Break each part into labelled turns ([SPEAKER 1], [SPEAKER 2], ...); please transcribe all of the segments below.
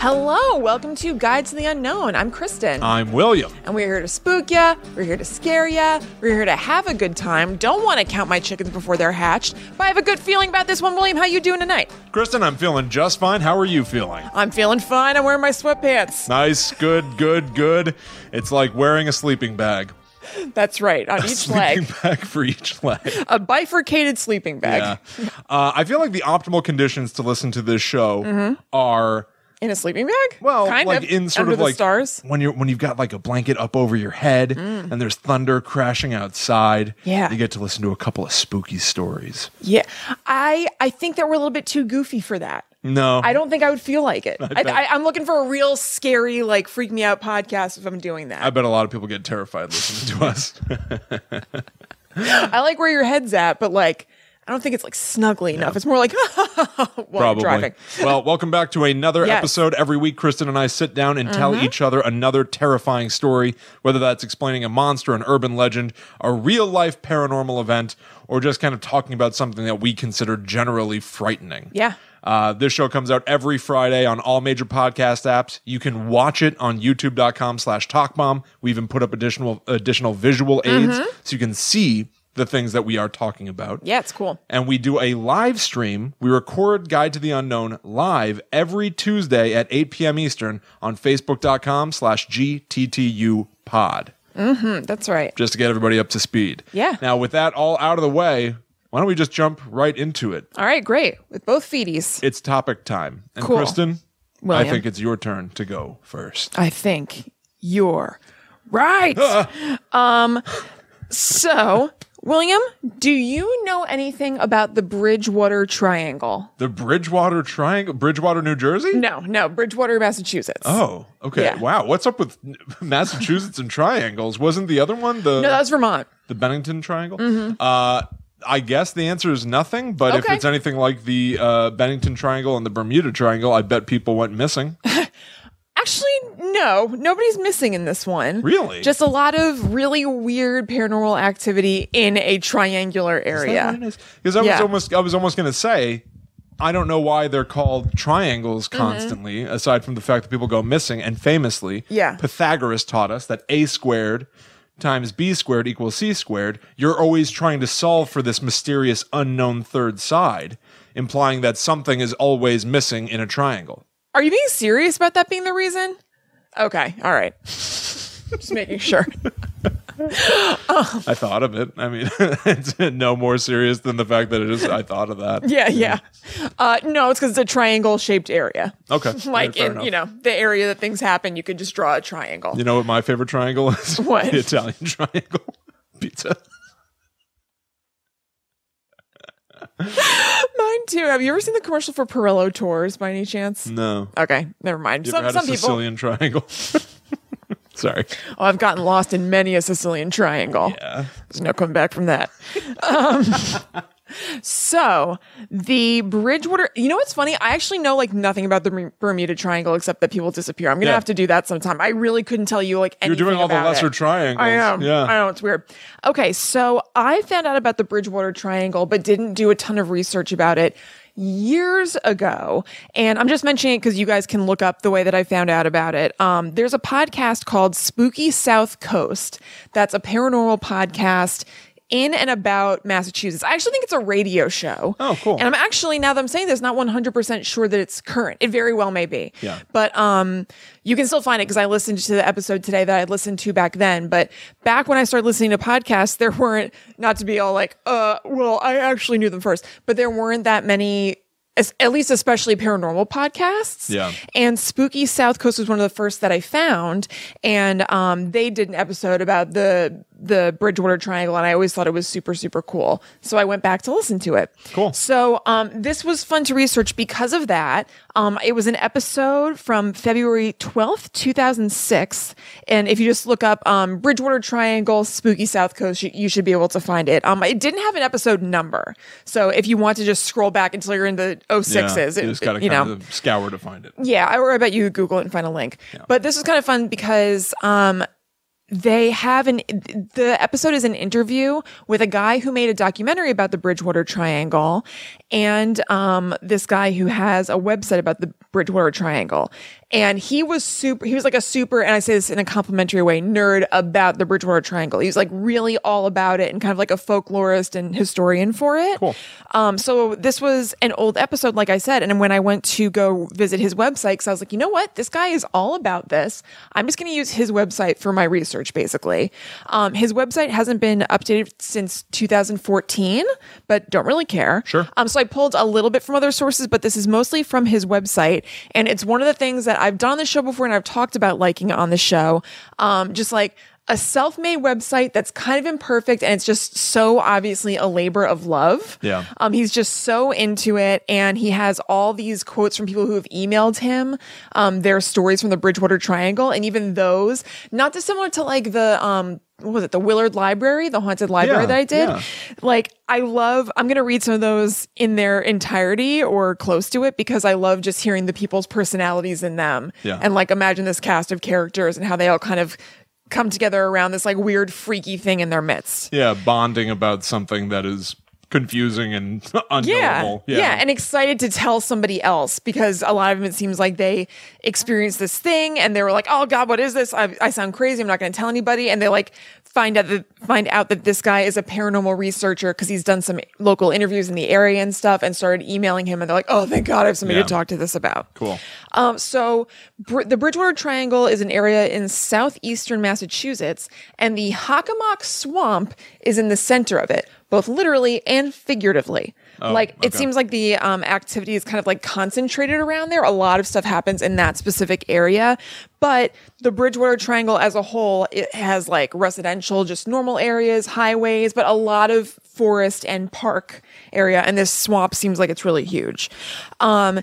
[SPEAKER 1] Hello, welcome to Guides to the Unknown. I'm Kristen,
[SPEAKER 2] I'm William.
[SPEAKER 1] and we're here to spook ya, we're here to scare ya, we're here to have a good time. Don't want to count my chickens before they're hatched, but I have a good feeling about this one. William, how you doing tonight?
[SPEAKER 2] Kristen, I'm feeling just fine. How are you feeling?
[SPEAKER 1] I'm feeling fine. I'm wearing my sweatpants.
[SPEAKER 2] Nice, good, good, good. It's like wearing a sleeping bag.
[SPEAKER 1] That's right, on each
[SPEAKER 2] Sleeping
[SPEAKER 1] leg,
[SPEAKER 2] bag for each leg.
[SPEAKER 1] a bifurcated sleeping bag
[SPEAKER 2] Yeah. Uh, I feel like the optimal conditions to listen to this show are
[SPEAKER 1] in a sleeping bag.
[SPEAKER 2] well,
[SPEAKER 1] Mm-hmm. kind
[SPEAKER 2] like
[SPEAKER 1] of
[SPEAKER 2] in sort
[SPEAKER 1] under
[SPEAKER 2] of
[SPEAKER 1] the
[SPEAKER 2] like
[SPEAKER 1] stars. Mm.
[SPEAKER 2] when you're when you've got like a blanket up over your head and there's thunder crashing outside.
[SPEAKER 1] Yeah.
[SPEAKER 2] you get to listen to a couple of spooky stories.
[SPEAKER 1] Yeah, I I think that we're a little bit too goofy for that.
[SPEAKER 2] No,
[SPEAKER 1] I don't think I would feel like it. I
[SPEAKER 2] bet.
[SPEAKER 1] I, I'm looking for a real scary, like freak me out podcast if I'm doing that.
[SPEAKER 2] I bet a lot of people get terrified listening to us.
[SPEAKER 1] I like where your head's at, but like, I don't think it's like snuggly enough. It's more like while I'm
[SPEAKER 2] Probably.
[SPEAKER 1] driving.
[SPEAKER 2] well, welcome back to another
[SPEAKER 1] Yes. Mm-hmm.
[SPEAKER 2] episode. Every week, Kristen and I sit down and tell each other another terrifying story, whether that's explaining a monster, an urban legend, a real life paranormal event, or just kind of talking about something that we consider generally frightening.
[SPEAKER 1] Yeah.
[SPEAKER 2] Uh, this show comes out every Friday on all major podcast apps. You can watch it on youtube.com slash talkbomb. We even put up additional additional visual aids
[SPEAKER 1] Mm-hmm.
[SPEAKER 2] so you can see the things that we are talking about
[SPEAKER 1] Yeah, it's cool.
[SPEAKER 2] and we do a live stream. We record Guide to the Unknown live every Tuesday at 8 p.m. Eastern on Facebook.com slash GTTU pod,
[SPEAKER 1] Mm, That's right.
[SPEAKER 2] just to get everybody up to speed.
[SPEAKER 1] Yeah.
[SPEAKER 2] Now, with that all out of the way, why don't we just jump right into it?
[SPEAKER 1] All right, great. With both feeties,
[SPEAKER 2] It's topic time. And
[SPEAKER 1] Cool.
[SPEAKER 2] Kristen,
[SPEAKER 1] William.
[SPEAKER 2] I think it's your turn to go first.
[SPEAKER 1] I think you're right. um, so, William, do you know anything about the Bridgewater Triangle?
[SPEAKER 2] The Bridgewater Triangle, Bridgewater, New Jersey?
[SPEAKER 1] No, no, Bridgewater, Massachusetts.
[SPEAKER 2] Oh, okay.
[SPEAKER 1] Yeah.
[SPEAKER 2] Wow. What's up with Massachusetts and triangles? Wasn't the other one the
[SPEAKER 1] No, that's Vermont.
[SPEAKER 2] the Bennington Triangle. Uh, I guess the answer is nothing, but if
[SPEAKER 1] Mm-hmm. Okay.
[SPEAKER 2] it's anything like the uh, Bennington Triangle and the Bermuda Triangle, I bet people went missing.
[SPEAKER 1] Actually, no, nobody's missing in this one.
[SPEAKER 2] Really?
[SPEAKER 1] Just a lot of really weird paranormal activity in a triangular area.
[SPEAKER 2] Because I was
[SPEAKER 1] Oh, Yeah.
[SPEAKER 2] almost, I was almost going to say, I don't know why they're called triangles
[SPEAKER 1] Mm-hmm.
[SPEAKER 2] constantly, aside from the fact that people go missing. And famously,
[SPEAKER 1] Yeah.
[SPEAKER 2] Pythagoras taught us that a squared times b squared equals c squared. You're always trying to solve for this mysterious unknown third side, implying that something is always missing in a triangle.
[SPEAKER 1] Are you being serious about that being the reason? Okay, all right. Just making sure.
[SPEAKER 2] I thought of it. I mean, it's no more serious than the fact that it is. I thought of that.
[SPEAKER 1] Yeah, yeah. Uh, no, it's because it's a triangle shaped area.
[SPEAKER 2] Okay.
[SPEAKER 1] Like
[SPEAKER 2] Oh, Fair
[SPEAKER 1] in,
[SPEAKER 2] enough.
[SPEAKER 1] you know, the area that things happen, you could just draw a triangle.
[SPEAKER 2] You know what my favorite triangle is?
[SPEAKER 1] What?
[SPEAKER 2] The Italian triangle pizza.
[SPEAKER 1] Mine too. Have you ever seen the commercial for Perillo Tours by any chance?
[SPEAKER 2] No.
[SPEAKER 1] Okay, never mind.
[SPEAKER 2] Hmm. You
[SPEAKER 1] some
[SPEAKER 2] ever had
[SPEAKER 1] some
[SPEAKER 2] a
[SPEAKER 1] people
[SPEAKER 2] Sicilian triangle? Sorry.
[SPEAKER 1] Oh, I've gotten lost in many a Sicilian triangle.
[SPEAKER 2] Yeah.
[SPEAKER 1] There's no coming back from that. um, so the Bridgewater, you know what's funny? I actually know like nothing about the Berm- Bermuda Triangle except that people disappear. I'm gonna
[SPEAKER 2] Yeah.
[SPEAKER 1] have to do that sometime. I really couldn't tell you like
[SPEAKER 2] You're
[SPEAKER 1] anything.
[SPEAKER 2] doing all the
[SPEAKER 1] about
[SPEAKER 2] lesser
[SPEAKER 1] it.
[SPEAKER 2] triangles.
[SPEAKER 1] I am.
[SPEAKER 2] Yeah.
[SPEAKER 1] I know it's weird. Okay, so I found out about the Bridgewater Triangle, but didn't do a ton of research about it years ago. And I'm just mentioning it because you guys can look up the way that I found out about it. Um, there's a podcast called Spooky South Coast. That's a paranormal podcast in and about Massachusetts. I actually think it's a radio show.
[SPEAKER 2] Oh, cool.
[SPEAKER 1] And I'm actually now that I'm saying this, not 100% sure that it's current. It very well may be.
[SPEAKER 2] Yeah.
[SPEAKER 1] But um, you can still find it because I listened to the episode today that I listened to back then. But back when I started listening to podcasts, there weren't not to be all like, uh, well, I actually knew them first, but there weren't that many. as- At least, especially paranormal podcasts.
[SPEAKER 2] Yeah.
[SPEAKER 1] And Spooky South Coast was one of the first that I found, and um, they did an episode about the the Bridgewater Triangle, and I always thought it was super super cool. So I went back to listen to it.
[SPEAKER 2] Cool.
[SPEAKER 1] So um, this was fun to research because of that. Um, it was an episode from February twelfth, two thousand six, and if you just look up um, Bridgewater Triangle, Spooky South Coast, you, you should be able to find it. Um, it didn't have an episode number, so if you want to just scroll back until you're in the 06s,
[SPEAKER 2] Yeah. You
[SPEAKER 1] it-
[SPEAKER 2] just got to
[SPEAKER 1] you know.
[SPEAKER 2] kind of scour to find it.
[SPEAKER 1] Yeah, I- or I bet you could Google it and find a link. But this was kind of fun because um, they have an the episode is an interview with a guy who made a documentary about the Bridgewater Triangle, and um, this guy who has a website about the Bridgewater Triangle, And he was super, he was like a super, and I say this in a complimentary way, nerd about the Bridgewater Triangle. He was like really all about it and kind of like a folklorist and historian for it.
[SPEAKER 2] Cool.
[SPEAKER 1] Um, so this was an old episode, like I said. And when I went to go visit his website, because I was like, you know what? This guy is all about this. I'm just going to use his website for my research, basically. Um, his website hasn't been updated since 2014, but don't really care.
[SPEAKER 2] Sure.
[SPEAKER 1] Um, so I pulled a little bit from other sources, but this is mostly from his website. And it's one of the things that I've done on the show before and I've talked about liking on the show. Um, just like, a self made website that's kind of imperfect and it's just so obviously a labor of love.
[SPEAKER 2] Yeah.
[SPEAKER 1] Um, he's just so into it, and he has all these quotes from people who have emailed him um, their stories from the Bridgewater Triangle, and even those not dissimilar to like the um, what was it the Willard Library, the haunted library
[SPEAKER 2] Yeah,
[SPEAKER 1] that I did.
[SPEAKER 2] yeah.
[SPEAKER 1] Like I love. I'm gonna read some of those in their entirety or close to it because I love just hearing the people's personalities in them,
[SPEAKER 2] Yeah.
[SPEAKER 1] and like imagine this cast of characters and how they all kind of come together around this like weird freaky thing in their midst.
[SPEAKER 2] Yeah, bonding about something that is confusing and
[SPEAKER 1] yeah,
[SPEAKER 2] unknowable.
[SPEAKER 1] yeah, and excited to tell somebody else because a lot of them it seems like they experienced this thing and they were like, "Oh God, what is this? I, I sound crazy. I'm not going to tell anybody." And they like find out that find out that this guy is a paranormal researcher because he's done some local interviews in the area and stuff, and started emailing him, and they're like, "Oh, thank God, I have somebody
[SPEAKER 2] Yeah.
[SPEAKER 1] to talk to this about."
[SPEAKER 2] Cool.
[SPEAKER 1] Um, so Br- the Bridgewater Triangle is an area in southeastern Massachusetts, and the Hockomock Swamp is in the center of it, both literally and figuratively. like it
[SPEAKER 2] okay.
[SPEAKER 1] seems like the um, activity is kind of like concentrated around there. A lot of stuff happens in that specific area, but the Bridgewater Triangle as a whole, it has like residential, just normal areas, highways, but a lot of forest and park area. And this swamp seems like it's really huge. Um,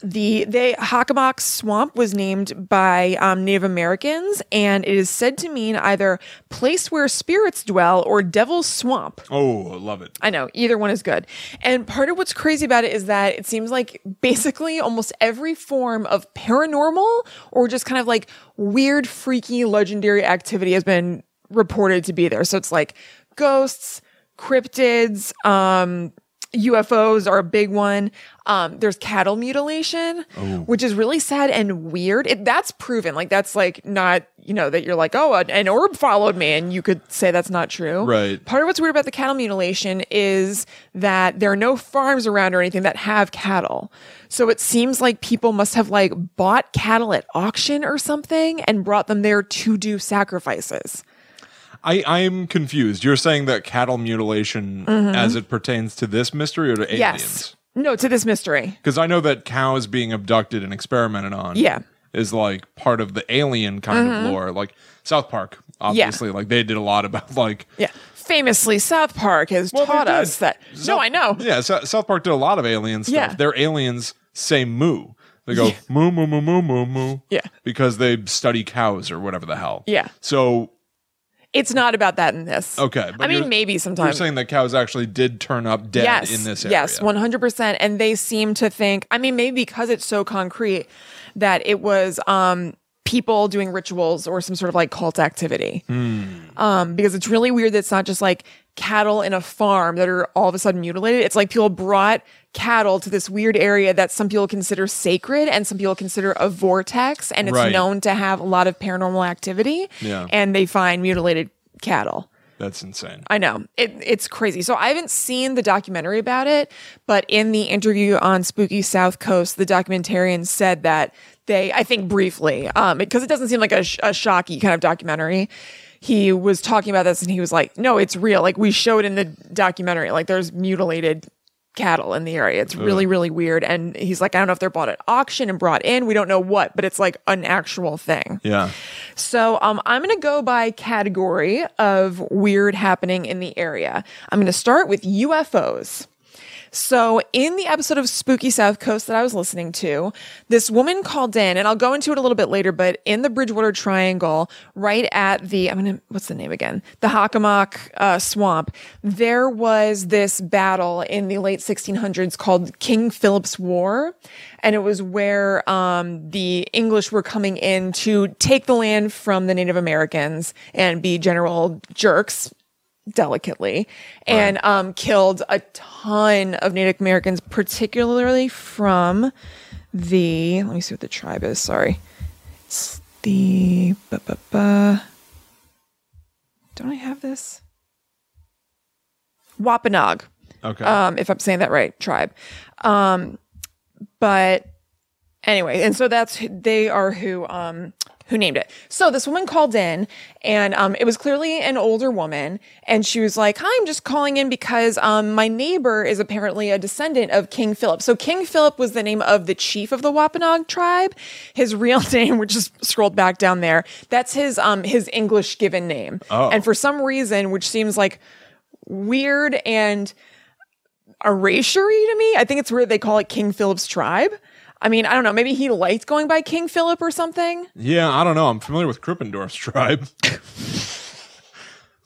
[SPEAKER 1] the they Hockomock Swamp was named by um, Native Americans, and it is said to mean either place where spirits dwell or devil's swamp.
[SPEAKER 2] Oh, I love it.
[SPEAKER 1] I know either one is good. And part of what's crazy about it is that it seems like basically almost every form of paranormal or just kind of like weird, freaky, legendary activity has been reported to be there. So it's like ghosts, cryptids, um, UFOs are a big one. Um, there's cattle mutilation, which is really sad and weird. It, that's proven. Like that's like not you know that you're like oh an, an orb followed me and you could say that's not true.
[SPEAKER 2] Right.
[SPEAKER 1] Part of what's weird about the cattle mutilation is that there are no farms around or anything that have cattle. So it seems like people must have like bought cattle at auction or something and brought them there to do sacrifices.
[SPEAKER 2] I, I'm confused. You're saying that cattle mutilation as it pertains to this mystery or to aliens?
[SPEAKER 1] Mm-hmm. Yes. No, to this mystery.
[SPEAKER 2] Because I know that cows being abducted and experimented on
[SPEAKER 1] Yeah. Mm-hmm.
[SPEAKER 2] is like part of the alien kind of lore. Like South Park, obviously. Like they did a lot about like
[SPEAKER 1] Yeah. Famously, South Park has
[SPEAKER 2] Well, they
[SPEAKER 1] taught
[SPEAKER 2] did.
[SPEAKER 1] us that. no,
[SPEAKER 2] South-
[SPEAKER 1] I know.
[SPEAKER 2] Yeah, Sou- South Park did a lot of alien stuff.
[SPEAKER 1] Yeah.
[SPEAKER 2] Their aliens say moo. They go moo moo moo moo moo moo.
[SPEAKER 1] Yeah.
[SPEAKER 2] Because they study cows or whatever the hell.
[SPEAKER 1] Yeah.
[SPEAKER 2] So
[SPEAKER 1] It's not about that in this.
[SPEAKER 2] Okay, but
[SPEAKER 1] I mean,
[SPEAKER 2] you're-
[SPEAKER 1] maybe
[SPEAKER 2] you're
[SPEAKER 1] sometimes.
[SPEAKER 2] saying that cows actually did turn up dead
[SPEAKER 1] yes,
[SPEAKER 2] in this area.
[SPEAKER 1] Yes, 100%. And they seem to think, I mean, maybe because it's so concrete that it was um, people doing rituals or some sort of like cult activity.
[SPEAKER 2] Hmm.
[SPEAKER 1] Um, because it's really weird that it's not just like cattle in a farm that are all of a sudden mutilated. It's like people brought cattle to this weird area that some people consider sacred and some people consider a vortex. And it's
[SPEAKER 2] Right.
[SPEAKER 1] known to have a lot of paranormal activity.
[SPEAKER 2] Yeah.
[SPEAKER 1] And they find mutilated cattle.
[SPEAKER 2] That's insane.
[SPEAKER 1] I know it, it's crazy. So I haven't seen the documentary about it, but in the interview on Spooky South Coast, the documentarian said that they, I think briefly, um, because it doesn't seem like a, sh- a shocky kind of documentary. He was talking about this and he was like, "No, it's real. Like we showed in the documentary. Like there's mutilated." cattle in the area. It's really really weird and he's like I don't know if they're bought at auction and brought in. We don't know what, but it's like an actual thing.
[SPEAKER 2] yeah.
[SPEAKER 1] So um, I'm going to go by category of weird happening in the area. I'm going to start with UFOs. So, in the episode of Spooky South Coast that I was listening to, this woman called in, and I'll go into it a little bit later, but in the Bridgewater Triangle, right at the, I'm gonna, what's the name again? The Hockomock uh, Swamp, there was this battle in the late 1600s called King Philip's War. And it was where um, the English were coming in to take the land from the Native Americans and be general jerks delicately and um, killed a ton of Native Americans, particularly from the let me see what the tribe is. Sorry, it's the. ba ba ba. Don't I have this? Wapanog.
[SPEAKER 2] Okay.
[SPEAKER 1] Um, if I'm saying that right, tribe. Um, but anyway, and so that's who- they are who um who named it. So this woman called in, and um, it was clearly an older woman, and she was like, "Hi, I'm just calling in because um my neighbor is apparently a descendant of King Philip. So King Philip was the name of the chief of the Wapanog tribe. His real name, which is scrolled back down there, that's his um his English given name.
[SPEAKER 2] Oh.
[SPEAKER 1] And for some reason, which seems like weird and erasury to me. I think it's weird they call it King Philip's tribe. I mean, I don't know. Maybe he liked going by King Philip or something.
[SPEAKER 2] yeah, I don't know. I'm familiar with Krippendorf's tribe.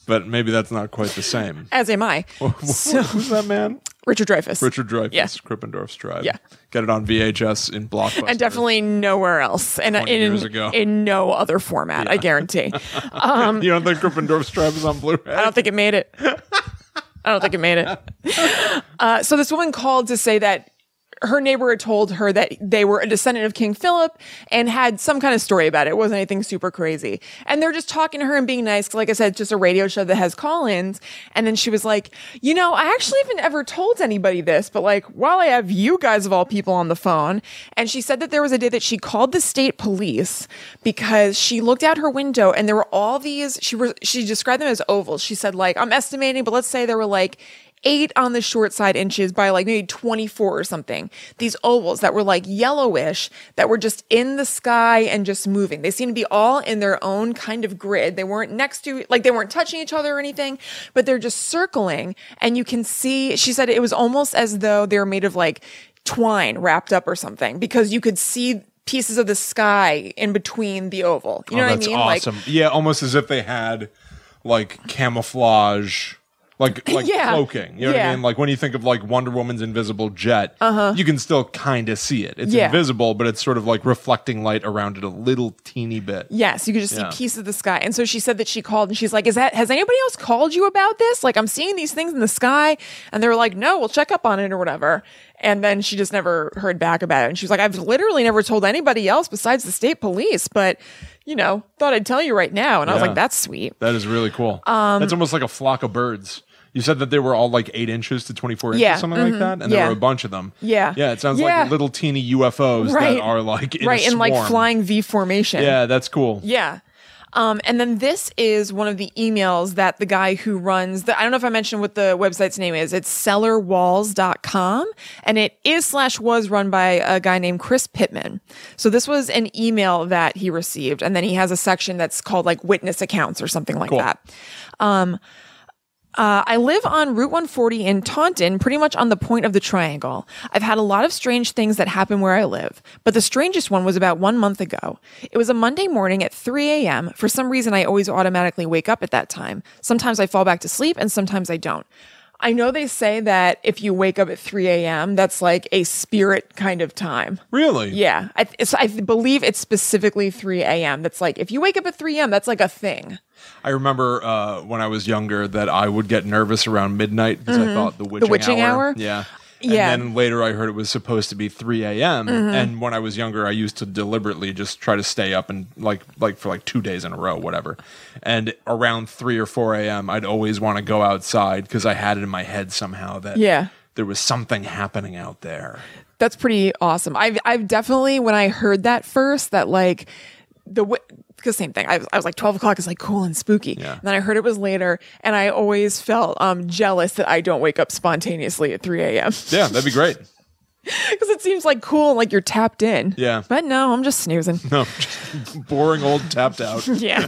[SPEAKER 2] but maybe that's not quite the same.
[SPEAKER 1] As am I. So,
[SPEAKER 2] Who's that man?
[SPEAKER 1] Richard Dreyfuss.
[SPEAKER 2] Richard Dreyfuss,
[SPEAKER 1] Yeah.
[SPEAKER 2] Krippendorf's tribe.
[SPEAKER 1] Yeah.
[SPEAKER 2] Get it on VHS in Blockbuster.
[SPEAKER 1] and definitely nowhere else, and in,
[SPEAKER 2] years ago.
[SPEAKER 1] in no other format, I guarantee. um,
[SPEAKER 2] You don't think Krippendorf's tribe is on Blu-ray?
[SPEAKER 1] I don't think it made it. I don't think it made it. Uh, so this woman called to say that her neighbor had told her that they were a descendant of King Philip and had some kind of story about it. It wasn't anything super crazy. And they're just talking to her and being nice. 'cause Like I said, it's just a radio show that has call-ins. And then she was like, you know, I actually haven't ever told anybody this, but like, while I have you guys of all people on the phone. And she said that there was a day that she called the state police because she looked out her window and there were all these, she was, she described them as ovals. She said like, I'm estimating, but let's say there were like eight on the short side inches by like maybe 24 or something. These ovals that were like yellowish that were just in the sky and just moving. They seemed to be all in their own kind of grid. They weren't next to, like they weren't touching each other or anything, but they're just circling. And you can see, she said it was almost as though they were made of like twine wrapped up or something because you could see pieces of the sky in between the oval. You know
[SPEAKER 2] oh,
[SPEAKER 1] what I
[SPEAKER 2] that's
[SPEAKER 1] mean? Like,
[SPEAKER 2] awesome. yeah, almost as if they had like camouflage, like like
[SPEAKER 1] Yeah.
[SPEAKER 2] cloaking. You know what
[SPEAKER 1] Yeah.
[SPEAKER 2] I mean? Like when you think of like Wonder Woman's invisible jet, uh-huh. you can still kind of see it. It's
[SPEAKER 1] Yeah.
[SPEAKER 2] invisible, but it's sort of like reflecting light around it a little teeny bit.
[SPEAKER 1] Yes, you could just
[SPEAKER 2] Yeah.
[SPEAKER 1] see pieces of the sky. And so she said that she called and she's like, Is that has anybody else called you about this? Like I'm seeing these things in the sky. And they were like, No, we'll check up on it or whatever. And then she just never heard back about it. And she was like, I've literally never told anybody else besides the state police, but you know, thought I'd tell you right now. And I was
[SPEAKER 2] Yeah.
[SPEAKER 1] like, That's sweet.
[SPEAKER 2] That is really cool. Um, That's almost like a flock of birds. You said that they were all like eight inches to 24 inches,
[SPEAKER 1] Yeah, Mm-hmm.
[SPEAKER 2] something like that. And there
[SPEAKER 1] yeah.
[SPEAKER 2] were a bunch of them.
[SPEAKER 1] Yeah.
[SPEAKER 2] Yeah. It sounds
[SPEAKER 1] Yeah.
[SPEAKER 2] like little teeny UFOs
[SPEAKER 1] Right.
[SPEAKER 2] that are like in a
[SPEAKER 1] right, in like
[SPEAKER 2] swarm.
[SPEAKER 1] flying V formation.
[SPEAKER 2] Yeah. That's cool.
[SPEAKER 1] Yeah. Um, and then this is one of the emails that the guy who runs the, I don't know if I mentioned what the website's name is. It's sellerwalls.com and it is slash was run by a guy named Chris Pittman. So this was an email that he received. And then he has a section that's called like witness accounts or something like that. Uh, I live on Route 140 in Taunton, pretty much on the point of the triangle. I've had a lot of strange things that happen where I live, but the strangest one was about one month ago. It was a Monday morning at 3 a.m. For some reason, I always automatically wake up at that time. Sometimes I fall back to sleep and sometimes I don't. I know they say that if you wake up at 3 a.m., that's like a spirit kind of time.
[SPEAKER 2] Really?
[SPEAKER 1] Yeah. I, so I believe it's specifically 3 a.m. That's like, if you wake up at 3 a.m., that's like a thing.
[SPEAKER 2] I remember uh, when I was younger that I would get nervous around midnight because I thought the witching,
[SPEAKER 1] Mm-hmm. witching hour?
[SPEAKER 2] Yeah.
[SPEAKER 1] Yeah. Mm-hmm.
[SPEAKER 2] And then later I heard it was supposed to be 3 a.m. And when I was younger, I used to deliberately just try to stay up and like, like for like two days in a row, whatever. And around 3 or 4 a.m., I'd always want to go outside because I had it in my head somehow that
[SPEAKER 1] Yeah.
[SPEAKER 2] there was something happening out there.
[SPEAKER 1] That's pretty awesome. I've I've definitely when I heard that first that like the because same thing. I was, I was like twelve o'clock is like cool and spooky.
[SPEAKER 2] Yeah.
[SPEAKER 1] And then I heard it was later, and I always felt um jealous that I don't wake up spontaneously at three a.m.
[SPEAKER 2] Yeah, that'd be great.
[SPEAKER 1] because it seems like cool and like you're tapped in.
[SPEAKER 2] Yeah.
[SPEAKER 1] But no, I'm just snoozing.
[SPEAKER 2] No, just boring old tapped out.
[SPEAKER 1] Yeah.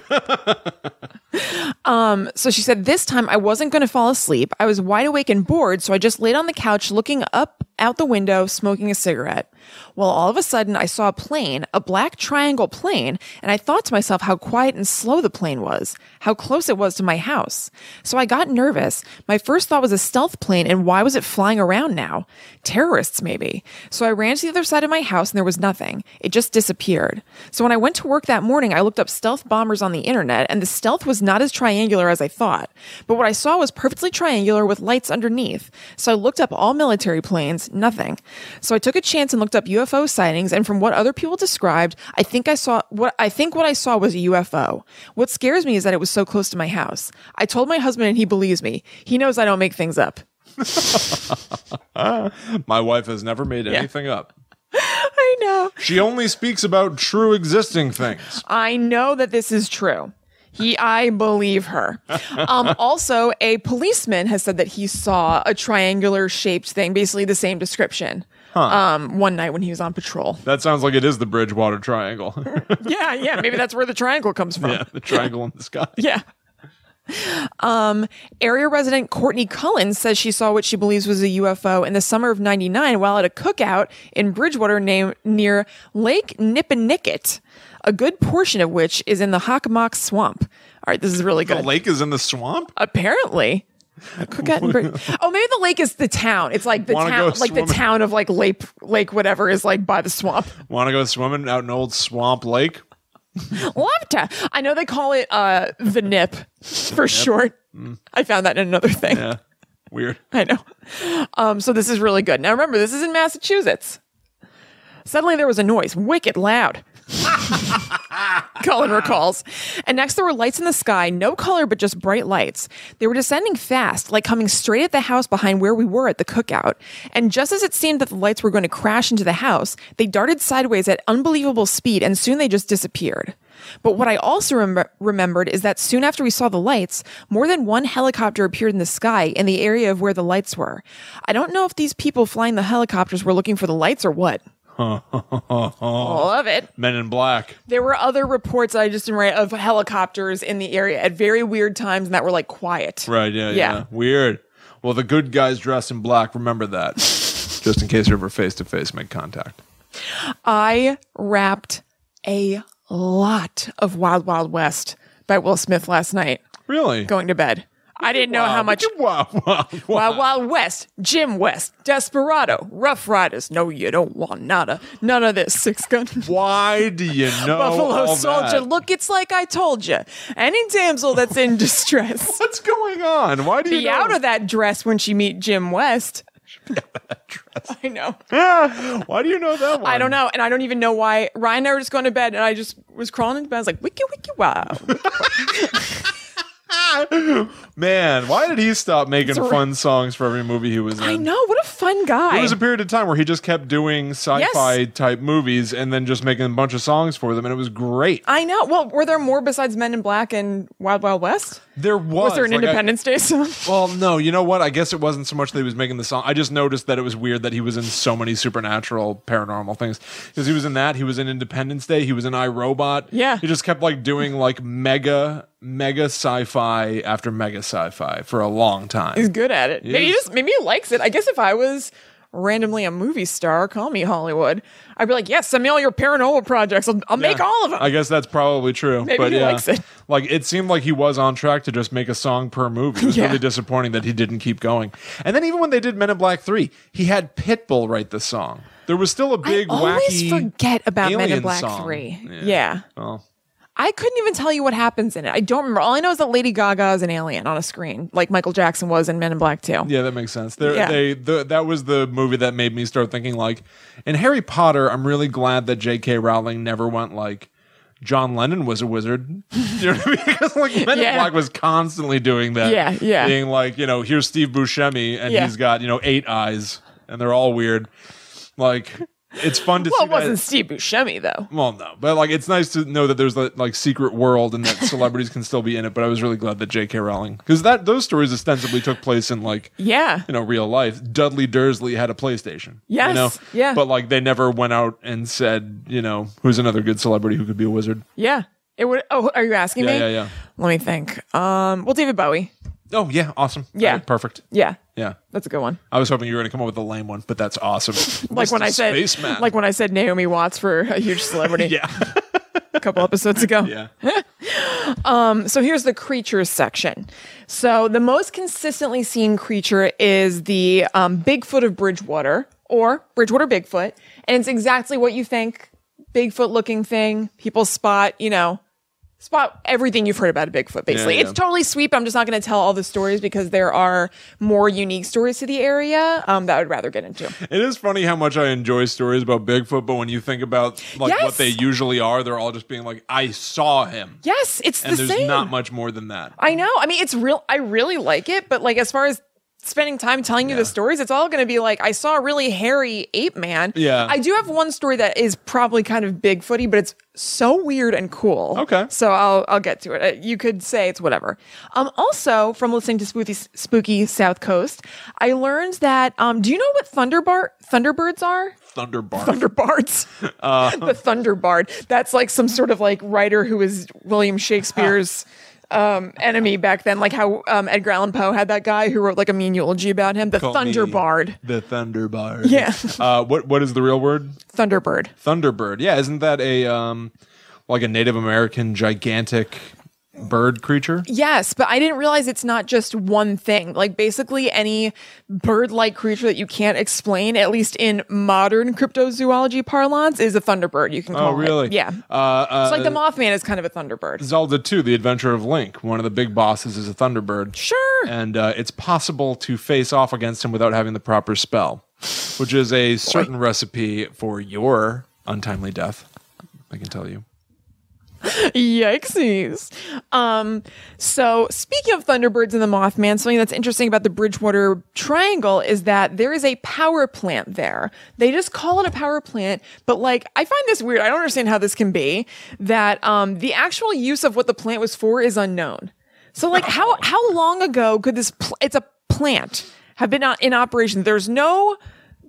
[SPEAKER 1] um, so she said, This time I wasn't going to fall asleep. I was wide awake and bored, so I just laid on the couch looking up out the window, smoking a cigarette. Well, all of a sudden, I saw a plane, a black triangle plane, and I thought to myself how quiet and slow the plane was, how close it was to my house. So I got nervous. My first thought was a stealth plane, and why was it flying around now? Terrorists, maybe. So I ran to the other side of my house, and there was nothing. It just disappeared. So when I went to work that morning, I looked up stealth bombers on the internet, and the stealth was not as triangular as I thought. But what I saw was perfectly triangular with lights underneath. So I looked up all military planes, nothing. So I took a chance and looked looked up UFO sightings, and from what other people described, I think I saw what I think what I saw was a UFO. What scares me is that it was so close to my house. I told my husband, and he believes me. He knows I don't make things up.
[SPEAKER 2] My wife has never made anything up.
[SPEAKER 1] I know.
[SPEAKER 2] She only speaks about true existing things.
[SPEAKER 1] I know that this is true. He, I believe her. Um, also, a policeman has said that he saw a triangular shaped thing, basically the same description, um, one night when he was on patrol.
[SPEAKER 2] That sounds like it is the Bridgewater Triangle.
[SPEAKER 1] Yeah, yeah, maybe that's where the triangle comes from.
[SPEAKER 2] yeah, the triangle in the sky.
[SPEAKER 1] Yeah. Um, area resident Courtney Cullen says she saw what she believes was a UFO in the summer of 99 while at a cookout in Bridgewater named near Lake Nippinicket, a good portion of which is in the Hockamock Swamp. All right, this is really
[SPEAKER 2] The
[SPEAKER 1] good.
[SPEAKER 2] lake is in the swamp?
[SPEAKER 1] Apparently. Cookout in Brid- oh, maybe the lake is the town. It's like the
[SPEAKER 2] Wanna go
[SPEAKER 1] town, like the
[SPEAKER 2] swimming?
[SPEAKER 1] town of like Lake Lake whatever is like by the swamp.
[SPEAKER 2] Want to go swimming out in old swamp lake?
[SPEAKER 1] Love to. I know they call it uh the nip for short. I found that in another thing.
[SPEAKER 2] Mm. Yeah. Weird.
[SPEAKER 1] I know. Um, so this is really good. Now remember, this is in Massachusetts. Suddenly there was a noise, wicked loud. Cullen recalls. And next there were lights in the sky, no color but just bright lights. They were descending fast, like coming straight at the house behind where we were at the cookout. And just as it seemed that the lights were going to crash into the house, they darted sideways at unbelievable speed and soon they just disappeared. But what I also remem- remembered is that soon after we saw the lights, more than one helicopter appeared in the sky in the area of where the lights were. I don't know if these people flying the helicopters were looking for the lights or what. Love it.
[SPEAKER 2] Men in black.
[SPEAKER 1] There were other reports I just didn't write of helicopters in the area at very weird times and that were like quiet.
[SPEAKER 2] Right. Yeah. Yeah.
[SPEAKER 1] Yeah.
[SPEAKER 2] Weird. Well, the good guys dressed in black. Remember that. Just in case you're ever face to face, make contact.
[SPEAKER 1] I wrapped a lot of Wild Wild West by Will Smith last night
[SPEAKER 2] Really?
[SPEAKER 1] going to bed. I didn't know how much
[SPEAKER 2] Wow. Wow. wow.
[SPEAKER 1] Wild Wild West, Jim West, Desperado, Rough Riders. No, you don't want nada. None of this. Six gun.
[SPEAKER 2] Why do you know?
[SPEAKER 1] Buffalo
[SPEAKER 2] all
[SPEAKER 1] Soldier.
[SPEAKER 2] that?
[SPEAKER 1] Look, it's like I told you. Any damsel that's in distress.
[SPEAKER 2] What's going on? Why do you
[SPEAKER 1] Be
[SPEAKER 2] know?
[SPEAKER 1] out of that dress when she meet Jim West. I know.
[SPEAKER 2] Yeah. Why do you know that one?
[SPEAKER 1] I don't know. And I don't even know why. Ryan and I were just going to bed and I just was crawling into bed. I was like, wiki, wiki, wow.
[SPEAKER 2] Man, why did he stop making
[SPEAKER 1] a-
[SPEAKER 2] fun songs for every movie he was in?
[SPEAKER 1] I know. What a fun guy.
[SPEAKER 2] There was a period of time where he just kept doing sci-fi type movies and then just making a bunch of songs for them, and it was great.
[SPEAKER 1] I know. Well, were there more besides Men in Black and Wild Wild West?
[SPEAKER 2] There was,
[SPEAKER 1] Was there an
[SPEAKER 2] Oh, like, I-
[SPEAKER 1] Independence Day song?
[SPEAKER 2] Well, no, you know what? I guess it wasn't so much that he was making the song. I just noticed that it was weird that he was in so many supernatural, paranormal things. Because he was in that, he was in Independence Day, he was in iRobot.
[SPEAKER 1] Yeah.
[SPEAKER 2] He just kept like doing like mega, mega sci-fi after mega sci-fi for a long
[SPEAKER 1] He's
[SPEAKER 2] time.
[SPEAKER 1] good at it. Maybe he
[SPEAKER 2] is.
[SPEAKER 1] just maybe he likes it. I guess if I was randomly a movie star, call me Hollywood. I'd be like, yes, send me all your paranormal projects. I'll, I'll make
[SPEAKER 2] Yeah.
[SPEAKER 1] all of them.
[SPEAKER 2] I guess that's probably true.
[SPEAKER 1] Maybe
[SPEAKER 2] but
[SPEAKER 1] he
[SPEAKER 2] yeah,
[SPEAKER 1] likes it.
[SPEAKER 2] Like it seemed like he was on track to just make a song per movie. It was
[SPEAKER 1] Yeah.
[SPEAKER 2] really disappointing that he didn't keep going. And then even when they did Men in Black Three, he had Pitbull write the song. There was still a big
[SPEAKER 1] always
[SPEAKER 2] wacky
[SPEAKER 1] forget about Men in
[SPEAKER 2] alien
[SPEAKER 1] Black
[SPEAKER 2] song.
[SPEAKER 1] Three. Yeah.
[SPEAKER 2] Well,
[SPEAKER 1] I couldn't even tell you what happens in it. I don't remember. All I know is that Lady Gaga is an alien on a screen, like Michael Jackson was in Men in Black Two.
[SPEAKER 2] Yeah, that makes sense. There,
[SPEAKER 1] Yeah.
[SPEAKER 2] They the, that was the movie that made me start thinking like, in Harry Potter, I'm really glad that J.K. Rowling never went like. John Lennon was a wizard. You know what I mean? Because like Men
[SPEAKER 1] Yeah.
[SPEAKER 2] in Black was constantly doing that.
[SPEAKER 1] Yeah, yeah.
[SPEAKER 2] Being like, you know, here's Steve Buscemi and
[SPEAKER 1] Yeah.
[SPEAKER 2] he's got, you know, eight eyes and they're all weird. Like it's fun to
[SPEAKER 1] Well,
[SPEAKER 2] see
[SPEAKER 1] it wasn't
[SPEAKER 2] that.
[SPEAKER 1] Steve Buscemi though.
[SPEAKER 2] Well, no, but like it's nice to know that there's that like secret world and that celebrities can still be in it. But I was really glad that J.K. Rowling because that those stories ostensibly took place in like
[SPEAKER 1] Yeah.
[SPEAKER 2] you know real life. Dudley Dursley had a PlayStation. you
[SPEAKER 1] Yes,
[SPEAKER 2] know?
[SPEAKER 1] yeah.
[SPEAKER 2] But like they never went out and said you know who's another good celebrity who could be a wizard.
[SPEAKER 1] Yeah. It would Oh, are you asking
[SPEAKER 2] Yeah,
[SPEAKER 1] me?
[SPEAKER 2] yeah, yeah.
[SPEAKER 1] Let me think. Um, well, David Bowie.
[SPEAKER 2] Oh yeah, awesome.
[SPEAKER 1] Yeah.
[SPEAKER 2] All right, perfect.
[SPEAKER 1] Yeah.
[SPEAKER 2] Yeah.
[SPEAKER 1] That's a good one.
[SPEAKER 2] I was hoping you were going to come up with a lame one, but that's awesome.
[SPEAKER 1] like when
[SPEAKER 2] Mr.
[SPEAKER 1] I said
[SPEAKER 2] Spaceman.
[SPEAKER 1] like when I said Naomi Watts for a huge celebrity
[SPEAKER 2] yeah,
[SPEAKER 1] a couple episodes ago.
[SPEAKER 2] yeah.
[SPEAKER 1] So here's the creatures section. So the most consistently seen creature is the um, Bigfoot of Bridgewater or Bridgewater Bigfoot, and it's exactly what you think Bigfoot looking thing. People spot, you know, spot everything you've heard about a Bigfoot, basically.
[SPEAKER 2] Yeah, yeah.
[SPEAKER 1] It's totally sweep. I'm just not going to tell all the stories because there are more unique stories to the area um, that I would rather get into.
[SPEAKER 2] It is funny how much I enjoy stories about Bigfoot, but when you think about like what
[SPEAKER 1] Yes.
[SPEAKER 2] they usually are, they're all just being like, "I saw him,"
[SPEAKER 1] Yes, it's
[SPEAKER 2] and
[SPEAKER 1] the
[SPEAKER 2] there's
[SPEAKER 1] same.
[SPEAKER 2] not much more than that.
[SPEAKER 1] I know. I mean, it's real. I really like it, but like as far as spending time telling you the stories, it's all going to be like I saw a really hairy ape man.
[SPEAKER 2] Yeah.
[SPEAKER 1] I do have one story that is probably kind of bigfooty, but it's so weird and cool.
[SPEAKER 2] Okay.
[SPEAKER 1] So I'll I'll get to it. Uh, You could say it's whatever. Um. Also, from listening to Spooky Spooky South Coast, I learned that. Um. Do you know what thunderbird thunderbirds are?
[SPEAKER 2] Thunderbark.
[SPEAKER 1] Thunderbards.
[SPEAKER 2] Uh.
[SPEAKER 1] the Thunderbard. That's like some sort of like writer who is William Shakespeare's um, enemy back then, like how um, Edgar Allan Poe had that guy who wrote like a mean eulogy about him. The
[SPEAKER 2] Call me
[SPEAKER 1] Thunderbard.
[SPEAKER 2] The Thunderbard.
[SPEAKER 1] Yeah.
[SPEAKER 2] uh, what What is the real word?
[SPEAKER 1] Thunderbird.
[SPEAKER 2] Thunderbird. Yeah, isn't that a um like a Native American gigantic bird creature?
[SPEAKER 1] Yes, but I didn't realize it's not just one thing. Like basically any bird-like creature that you can't explain, at least in modern cryptozoology parlance, is a thunderbird. You can
[SPEAKER 2] Oh,
[SPEAKER 1] call it.
[SPEAKER 2] really?
[SPEAKER 1] Yeah.
[SPEAKER 2] Uh, uh,
[SPEAKER 1] it's like the Mothman is kind of a thunderbird.
[SPEAKER 2] Zelda 2, The Adventure of Link. One of the big bosses is a Thunderbird.
[SPEAKER 1] Sure.
[SPEAKER 2] and uh, it's possible to face off against him without having the proper spell, which is a certain recipe for your untimely death. I can tell you.
[SPEAKER 1] Yikesies. Um, so speaking of Thunderbirds and the Mothman, something that's interesting about the Bridgewater Triangle is that there is a power plant there. They just call it a power plant, but like I find this weird. I don't understand how this can be that um the actual use of what the plant was for is unknown. So like how how long ago could this pl- it's a plant have been o- in operation? There's no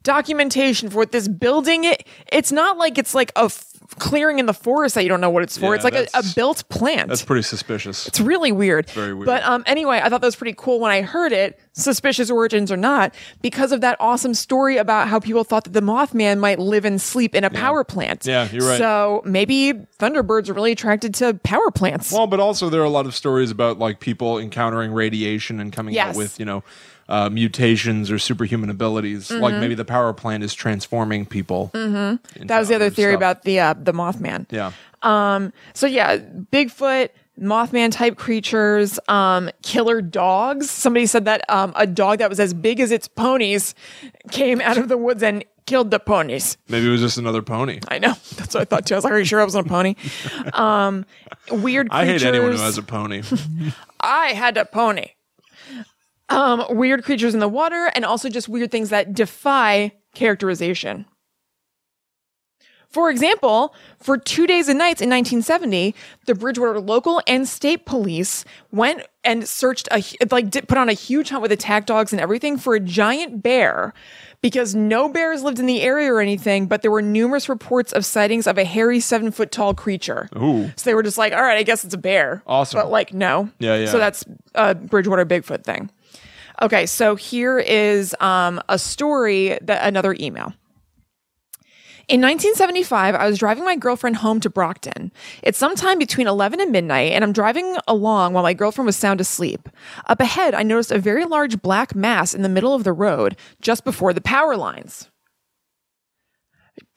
[SPEAKER 1] documentation for what this building it, it's not like it's like a f- clearing in the forest that you don't know what it's for.
[SPEAKER 2] Yeah,
[SPEAKER 1] it's like a, a
[SPEAKER 2] that's-
[SPEAKER 1] built plant.
[SPEAKER 2] That's pretty suspicious.
[SPEAKER 1] it's really weird.
[SPEAKER 2] very weird.
[SPEAKER 1] But um, anyway, I thought that was pretty cool when I heard it, suspicious origins or not, because of that awesome story about how people thought that the Mothman might live and sleep in a power plant.
[SPEAKER 2] Yeah, you're right.
[SPEAKER 1] So maybe Thunderbirds are really attracted to power plants.
[SPEAKER 2] Well, but also there are a lot of stories about like people encountering radiation and coming out
[SPEAKER 1] Yes.
[SPEAKER 2] with you know uh, mutations or superhuman abilities. Like maybe the power plant is transforming people. Mm-hmm.
[SPEAKER 1] Mm-hmm. that was the other theory about the uh, the Mothman.
[SPEAKER 2] yeah.
[SPEAKER 1] Um, so yeah, Bigfoot, Mothman type creatures, um, killer dogs. Somebody said that um, a dog that was as big as its ponies came out of the woods and killed the ponies.
[SPEAKER 2] Maybe it was just another pony.
[SPEAKER 1] I know. That's what I thought too. I was like, are you sure I wasn't a pony? Um, weird
[SPEAKER 2] I
[SPEAKER 1] creatures.
[SPEAKER 2] hate anyone who has a pony.
[SPEAKER 1] I had a pony. Um, weird creatures in the water and also just weird things that defy characterization. For example, for two days and nights in 1970, the Bridgewater local and state police went and searched a hu- like did, put on a huge hunt with attack dogs and everything for a giant bear because no bears lived in the area or anything, but there were numerous reports of sightings of a hairy 7-foot tall creature.
[SPEAKER 2] Ooh.
[SPEAKER 1] So they were just like, "All right, I guess it's a bear."
[SPEAKER 2] Awesome.
[SPEAKER 1] But like no.
[SPEAKER 2] Yeah, yeah.
[SPEAKER 1] So that's a Bridgewater Bigfoot thing. Okay, so here is um, a story that another email. In 1975, I was driving my girlfriend home to Brockton. It's sometime between 11 and midnight, and I'm driving along while my girlfriend was sound asleep. Up ahead, I noticed a very large black mass in the middle of the road just before the power lines.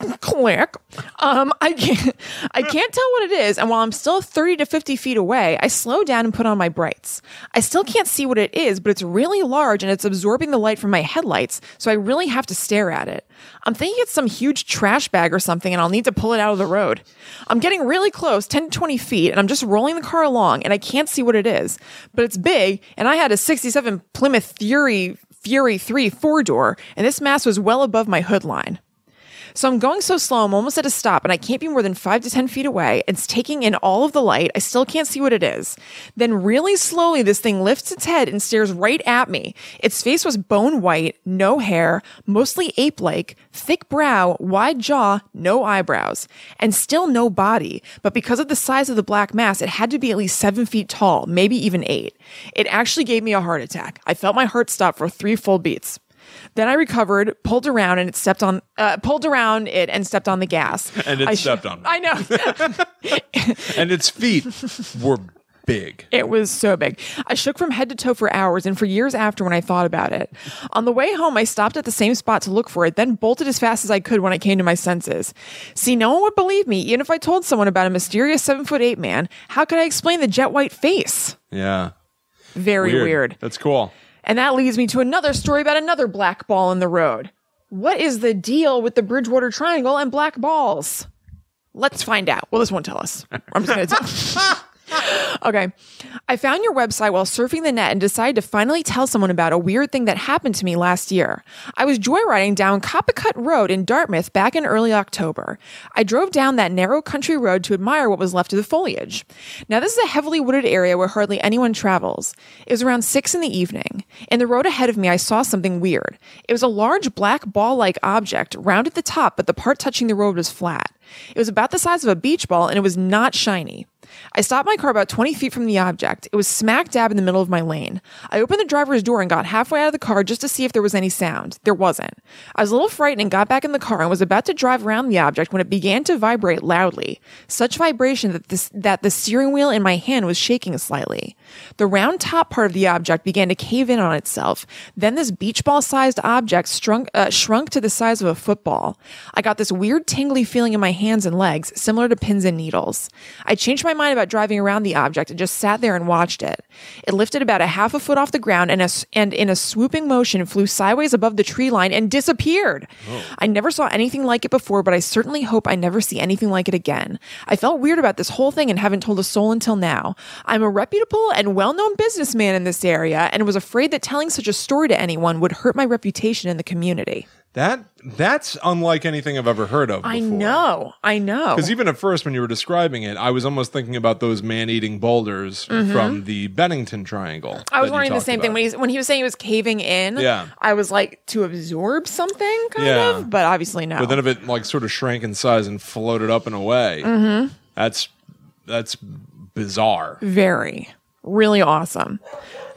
[SPEAKER 1] Click. Um, I can't, I can't tell what it is, and while I'm still 30 to 50 feet away, I slow down and put on my brights. I still can't see what it is, but it's really large and it's absorbing the light from my headlights, so I really have to stare at it. I'm thinking it's some huge trash bag or something, and I'll need to pull it out of the road. I'm getting really close, 10 to 20 feet, and I'm just rolling the car along, and I can't see what it is, but it's big, and I had a 67 Plymouth Fury, Fury 3 four door, and this mass was well above my hood line. So I'm going so slow, I'm almost at a stop, and I can't be more than five to 10 feet away. It's taking in all of the light. I still can't see what it is. Then, really slowly, this thing lifts its head and stares right at me. Its face was bone white, no hair, mostly ape like, thick brow, wide jaw, no eyebrows, and still no body. But because of the size of the black mass, it had to be at least seven feet tall, maybe even eight. It actually gave me a heart attack. I felt my heart stop for three full beats. Then I recovered, pulled around, and it stepped on, uh, pulled around it and stepped on the gas.
[SPEAKER 2] And it
[SPEAKER 1] I
[SPEAKER 2] stepped on me.
[SPEAKER 1] I know.
[SPEAKER 2] and its feet were big.
[SPEAKER 1] It was so big. I shook from head to toe for hours and for years after when I thought about it. On the way home, I stopped at the same spot to look for it, then bolted as fast as I could when I came to my senses. See, no one would believe me, even if I told someone about a mysterious seven foot eight man. How could I explain the jet white face?
[SPEAKER 2] Yeah.
[SPEAKER 1] Very weird.
[SPEAKER 2] That's cool.
[SPEAKER 1] And that leads me to another story about another black ball in the road. What is the deal with the Bridgewater Triangle and black balls? Let's find out. Well, this won't tell us. I'm just going to tell. Okay. I found your website while surfing the net and decided to finally tell someone about a weird thing that happened to me last year. I was joyriding down Coppicut Road in Dartmouth back in early October. I drove down that narrow country road to admire what was left of the foliage. Now, this is a heavily wooded area where hardly anyone travels. It was around six in the evening. In the road ahead of me, I saw something weird. It was a large black ball like object, round at the top, but the part touching the road was flat. It was about the size of a beach ball and it was not shiny. I stopped my car about 20 feet from the object. It was smack dab in the middle of my lane. I opened the driver's door and got halfway out of the car just to see if there was any sound. There wasn't. I was a little frightened and got back in the car and was about to drive around the object when it began to vibrate loudly. Such vibration that, this, that the steering wheel in my hand was shaking slightly. The round top part of the object began to cave in on itself. Then this beach ball sized object strunk, uh, shrunk to the size of a football. I got this weird tingly feeling in my hands and legs, similar to pins and needles. I changed my mind about driving around the object and just sat there and watched it. It lifted about a half a foot off the ground and, a, and in a swooping motion flew sideways above the tree line and disappeared. I never saw anything like it before, but I certainly hope I never see anything like it again. I felt weird about this whole thing and haven't told a soul until now. I'm a reputable and well known businessman in this area and was afraid that telling such a story to anyone would hurt my reputation in the community.
[SPEAKER 2] That that's unlike anything I've ever heard of.
[SPEAKER 1] I know. I know.
[SPEAKER 2] Because even at first, when you were describing it, I was almost thinking about those man-eating boulders from the Bennington Triangle.
[SPEAKER 1] Mm-hmm. I was
[SPEAKER 2] that you
[SPEAKER 1] wondering the
[SPEAKER 2] talked
[SPEAKER 1] same thing
[SPEAKER 2] about.
[SPEAKER 1] when he when he was saying he was caving in.
[SPEAKER 2] Yeah.
[SPEAKER 1] I was like to absorb something kind
[SPEAKER 2] Yeah.
[SPEAKER 1] of, but obviously no.
[SPEAKER 2] But then if it like sort of shrank in size and floated up and away,
[SPEAKER 1] Mm-hmm.
[SPEAKER 2] that's that's bizarre.
[SPEAKER 1] Very, really awesome.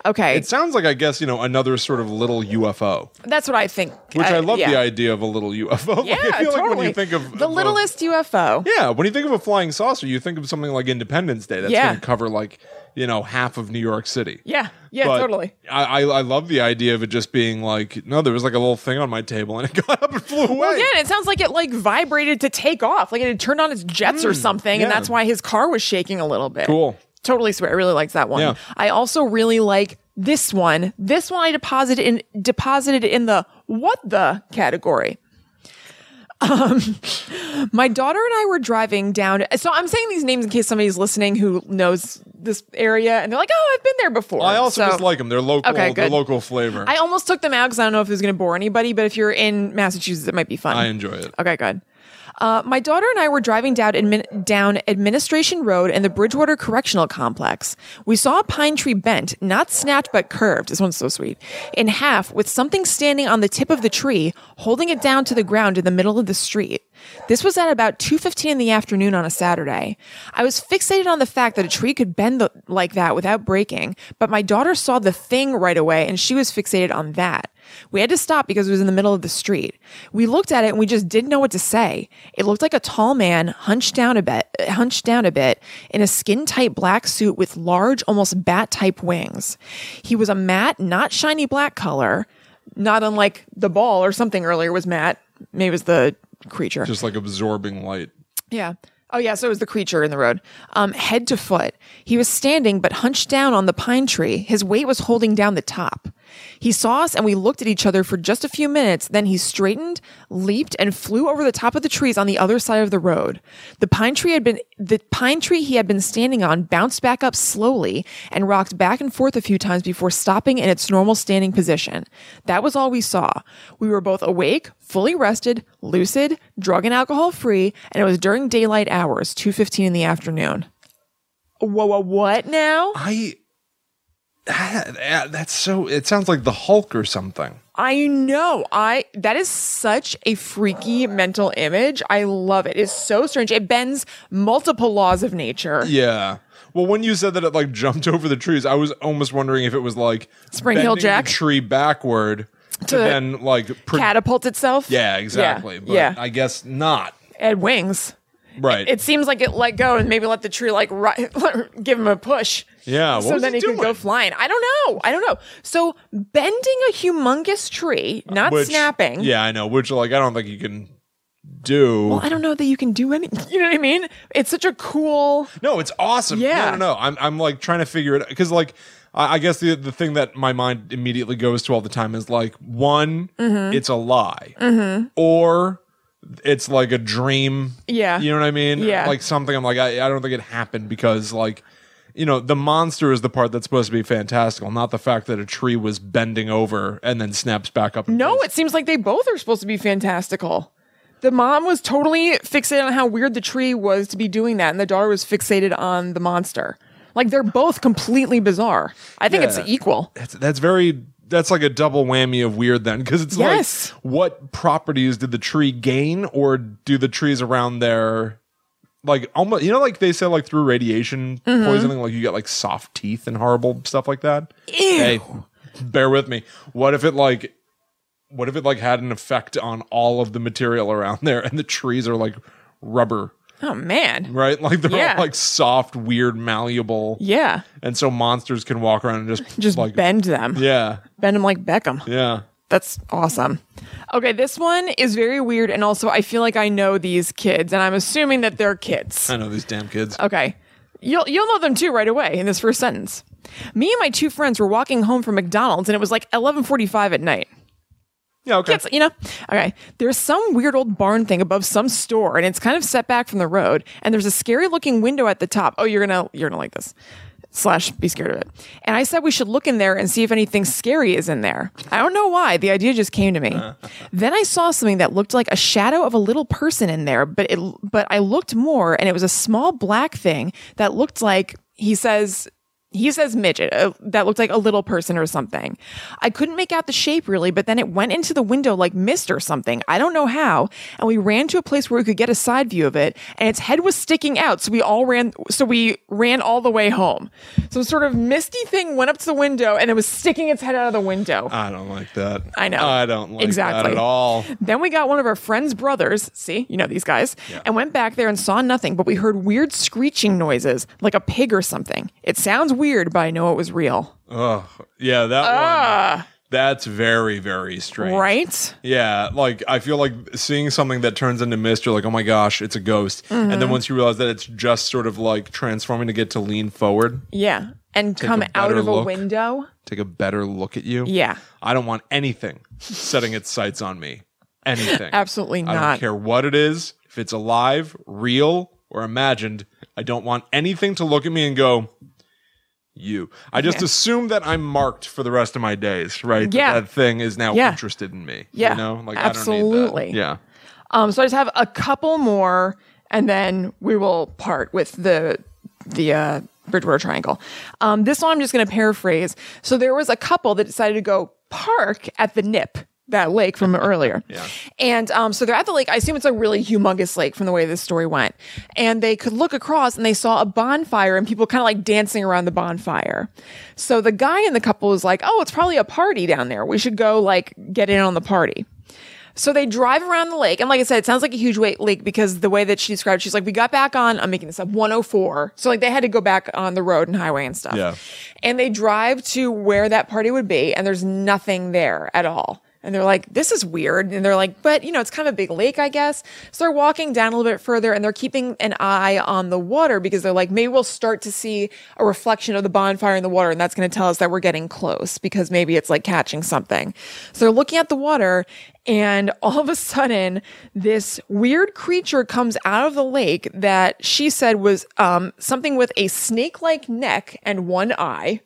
[SPEAKER 1] Okay,
[SPEAKER 2] It sounds like I guess you know another sort of little UFO,
[SPEAKER 1] that's what I think.
[SPEAKER 2] which I love
[SPEAKER 1] Uh, yeah.
[SPEAKER 2] the idea of a little UFO. Like,
[SPEAKER 1] Yeah,
[SPEAKER 2] I feel
[SPEAKER 1] totally.
[SPEAKER 2] like when you think of
[SPEAKER 1] the
[SPEAKER 2] of a-
[SPEAKER 1] littlest UFO.
[SPEAKER 2] yeah, when you think of a flying saucer, you think of something like Independence Day. That's
[SPEAKER 1] Yeah.
[SPEAKER 2] going to cover like you know half of New York City.
[SPEAKER 1] Yeah, yeah,
[SPEAKER 2] But
[SPEAKER 1] totally.
[SPEAKER 2] I, I I love the idea of it just being like no, there was like a little thing on my table and it got up and flew away.
[SPEAKER 1] Yeah, and it sounds like it like vibrated to take off, like it had turned on its jets or something, and
[SPEAKER 2] Mm. yeah.
[SPEAKER 1] that's why his car was shaking a little bit.
[SPEAKER 2] Cool.
[SPEAKER 1] Totally sweet. I really liked that one.
[SPEAKER 2] Yeah.
[SPEAKER 1] I also really like this one. This one I deposited in deposited in the what the category. Um, my daughter and I were driving down. So I'm saying these names in case somebody's listening who knows this area, and they're like, "Oh, I've been there before."
[SPEAKER 2] I also
[SPEAKER 1] So-
[SPEAKER 2] just like them. They're local.
[SPEAKER 1] Okay,
[SPEAKER 2] they're
[SPEAKER 1] good.
[SPEAKER 2] local flavor.
[SPEAKER 1] I almost took them out because I don't know if it was going to bore anybody, but if you're in Massachusetts, it might be fun.
[SPEAKER 2] I enjoy it.
[SPEAKER 1] Okay, good. Uh, my daughter and I were driving down, admin, down Administration Road and the Bridgewater Correctional Complex. We saw a pine tree bent, not snapped but curved. This one's so sweet. In half, with something standing on the tip of the tree, holding it down to the ground in the middle of the street. This was at about two fifteen in the afternoon on a Saturday. I was fixated on the fact that a tree could bend the, like that without breaking, but my daughter saw the thing right away, and she was fixated on that. We had to stop because it was in the middle of the street. We looked at it and we just didn't know what to say. It looked like a tall man hunched down a bit, uh, hunched down a bit in a skin-tight black suit with large, almost bat-type wings. He was a matte, not shiny black color, not unlike the ball or something earlier was matte. Maybe it was the creature.
[SPEAKER 2] Just like absorbing light.
[SPEAKER 1] Yeah. Oh, yeah. So it was the creature in the road. Um, head to foot. He was standing, but hunched down on the pine tree. His weight was holding down the top. He saw us and we looked at each other for just a few minutes. Then he straightened, leaped, and flew over the top of the trees on the other side of the road. The pine tree had been, the pine tree he had been standing on bounced back up slowly and rocked back and forth a few times before stopping in its normal standing position. That was all we saw. We were both awake, fully rested, lucid, drug and alcohol free, and it was during daylight hours, 2:15 in the afternoon. Whoa, whoa, what now?
[SPEAKER 2] I. that- that's so. It sounds like the Hulk or something.
[SPEAKER 1] I know. I that is such a freaky mental image. I love it. It's so strange. It bends multiple laws of nature.
[SPEAKER 2] Yeah. Well, when you said that it like jumped over the trees, I was almost wondering if it was like
[SPEAKER 1] Spring Hill
[SPEAKER 2] bending the
[SPEAKER 1] Jack?
[SPEAKER 2] tree backward to,
[SPEAKER 1] To
[SPEAKER 2] then like pro-
[SPEAKER 1] Catapult itself.
[SPEAKER 2] Yeah, exactly.
[SPEAKER 1] Yeah.
[SPEAKER 2] But
[SPEAKER 1] yeah.
[SPEAKER 2] I guess not.
[SPEAKER 1] and wings.
[SPEAKER 2] Right.
[SPEAKER 1] It seems like it let go and maybe let the tree like ri- give him a push.
[SPEAKER 2] Yeah, what
[SPEAKER 1] So
[SPEAKER 2] was
[SPEAKER 1] then he
[SPEAKER 2] it
[SPEAKER 1] could go
[SPEAKER 2] doing?
[SPEAKER 1] flying. I don't know. I don't know. So bending a humongous tree, not
[SPEAKER 2] Which-
[SPEAKER 1] snapping.
[SPEAKER 2] Yeah, I know. Which like I don't think you can do.
[SPEAKER 1] Well, I don't know that you can do any. You know what I mean? It's such a cool.
[SPEAKER 2] No, it's awesome.
[SPEAKER 1] Yeah.
[SPEAKER 2] No, no, no. I'm, I'm like trying to figure it because like I, I guess the the thing that my mind immediately goes to all the time is like one,
[SPEAKER 1] Mm-hmm.
[SPEAKER 2] it's a lie, or it's like a dream.
[SPEAKER 1] Yeah.
[SPEAKER 2] you know what I mean.
[SPEAKER 1] Yeah.
[SPEAKER 2] like something. I'm like I, I don't think it happened because like. You know, the monster is the part that's supposed to be fantastical, not the fact that a tree was bending over and then snaps back up. in
[SPEAKER 1] No,
[SPEAKER 2] place.
[SPEAKER 1] it seems like they both are supposed to be fantastical. The mom was totally fixated on how weird the tree was to be doing that, and the daughter was fixated on the monster. Like they're both completely bizarre. I think it's
[SPEAKER 2] Yeah.
[SPEAKER 1] equal.
[SPEAKER 2] that's that's very that's like a double whammy of weird then because it's
[SPEAKER 1] Yes.
[SPEAKER 2] like what properties did the tree gain or do the trees around there like almost you know like they say like through radiation
[SPEAKER 1] Mm-hmm.
[SPEAKER 2] poisoning like you get like soft teeth and horrible stuff like that
[SPEAKER 1] Ew.
[SPEAKER 2] hey bear with me what if it like what if it like had an effect on all of the material around there and the trees are like rubber
[SPEAKER 1] Oh man.
[SPEAKER 2] right like they're
[SPEAKER 1] Yeah.
[SPEAKER 2] all like soft weird malleable
[SPEAKER 1] Yeah.
[SPEAKER 2] and so monsters can walk around and just
[SPEAKER 1] Just
[SPEAKER 2] like
[SPEAKER 1] bend them.
[SPEAKER 2] yeah
[SPEAKER 1] Bend them like Beckham.
[SPEAKER 2] yeah
[SPEAKER 1] That's awesome. Okay, this one is very weird, and also I feel like I know these kids, and I'm assuming that they're kids.
[SPEAKER 2] I know these damn kids.
[SPEAKER 1] Okay. You'll you'll know them too right away in this first sentence. Me and my two friends were walking home from McDonald's and it was like 11:45 at night.
[SPEAKER 2] yeah, okay.
[SPEAKER 1] Kids, you know. Okay. There's some weird old barn thing above some store and it's kind of set back from the road and there's a scary looking window at the top. Oh, you're going to you're going to like this. Slash, be scared of it. And I said we should look in there and see if anything scary is in there. I don't know why. The idea just came to me. then I saw something that looked like a shadow of a little person in there, but it but I looked more and it was a small black thing that looked like he says he says midget uh, that looked like a little person or something. I couldn't make out the shape really, but then it went into the window like mist or something. I don't know how. And we ran to a place where we could get a side view of it, and its head was sticking out. So we all ran. So we ran all the way home. Some sort of misty thing went up to the window, and it was sticking its head out of the window.
[SPEAKER 2] I don't like that.
[SPEAKER 1] I know.
[SPEAKER 2] I don't like
[SPEAKER 1] Exactly.
[SPEAKER 2] that at all.
[SPEAKER 1] Then we got one of our friend's brothers, see, you know these guys, and went back there and saw nothing, but we heard weird screeching noises, like a pig or something. It sounds weird, but I know it was real.
[SPEAKER 2] Ugh. Yeah, that one. That's very, very strange.
[SPEAKER 1] Right?
[SPEAKER 2] Yeah, like I feel like seeing something that turns into mist, you're like, oh my gosh, it's a ghost. And then
[SPEAKER 1] Mm-hmm.
[SPEAKER 2] once you realize that it's just sort of like transforming to get to lean forward,
[SPEAKER 1] Yeah. And come
[SPEAKER 2] a
[SPEAKER 1] out
[SPEAKER 2] better
[SPEAKER 1] of a
[SPEAKER 2] look.
[SPEAKER 1] window.
[SPEAKER 2] take a better look at you.
[SPEAKER 1] Yeah.
[SPEAKER 2] I don't want anything setting its sights on me. Anything.
[SPEAKER 1] Absolutely
[SPEAKER 2] I
[SPEAKER 1] not.
[SPEAKER 2] don't care what it is, if it's alive, real, or imagined. I don't want anything to look at me and go, you. I just
[SPEAKER 1] Yeah.
[SPEAKER 2] assume that I'm marked for the rest of my days, right? That
[SPEAKER 1] Yeah.
[SPEAKER 2] That, thing is now
[SPEAKER 1] Yeah.
[SPEAKER 2] interested in me.
[SPEAKER 1] Yeah.
[SPEAKER 2] You know, like I
[SPEAKER 1] Absolutely.
[SPEAKER 2] don't need that. Yeah.
[SPEAKER 1] Um, so I just have a couple more, and then we will part with the the uh, Bridgewater Triangle. Um, this one I'm just going to paraphrase. So there was a couple that decided to go park at the Nip, that lake from earlier.
[SPEAKER 2] Yeah.
[SPEAKER 1] And um, so they're at the lake. I assume it's a really humongous lake from the way this story went. And they could look across and they saw a bonfire and people kind of like dancing around the bonfire. So the guy in the couple was like, "Oh, it's probably a party down there. We should go like get in on the party." So they drive around the lake. And like I said, it sounds like a huge wa- lake because the way that she described, she's like, we got back on, I'm making this up, 104. So like they had to go back on the road and highway and stuff.
[SPEAKER 2] Yeah.
[SPEAKER 1] And they drive to where that party would be, and there's nothing there at all. And they're like, this is weird. And they're like, but you know, it's kind of a big lake, I guess. So they're walking down a little bit further and they're keeping an eye on the water because they're like, maybe we'll start to see a reflection of the bonfire in the water. And that's going to tell us that we're getting close because maybe it's like catching something. So they're looking at the water and all of a sudden, this weird creature comes out of the lake that she said was um, something with a snake like neck and one eye.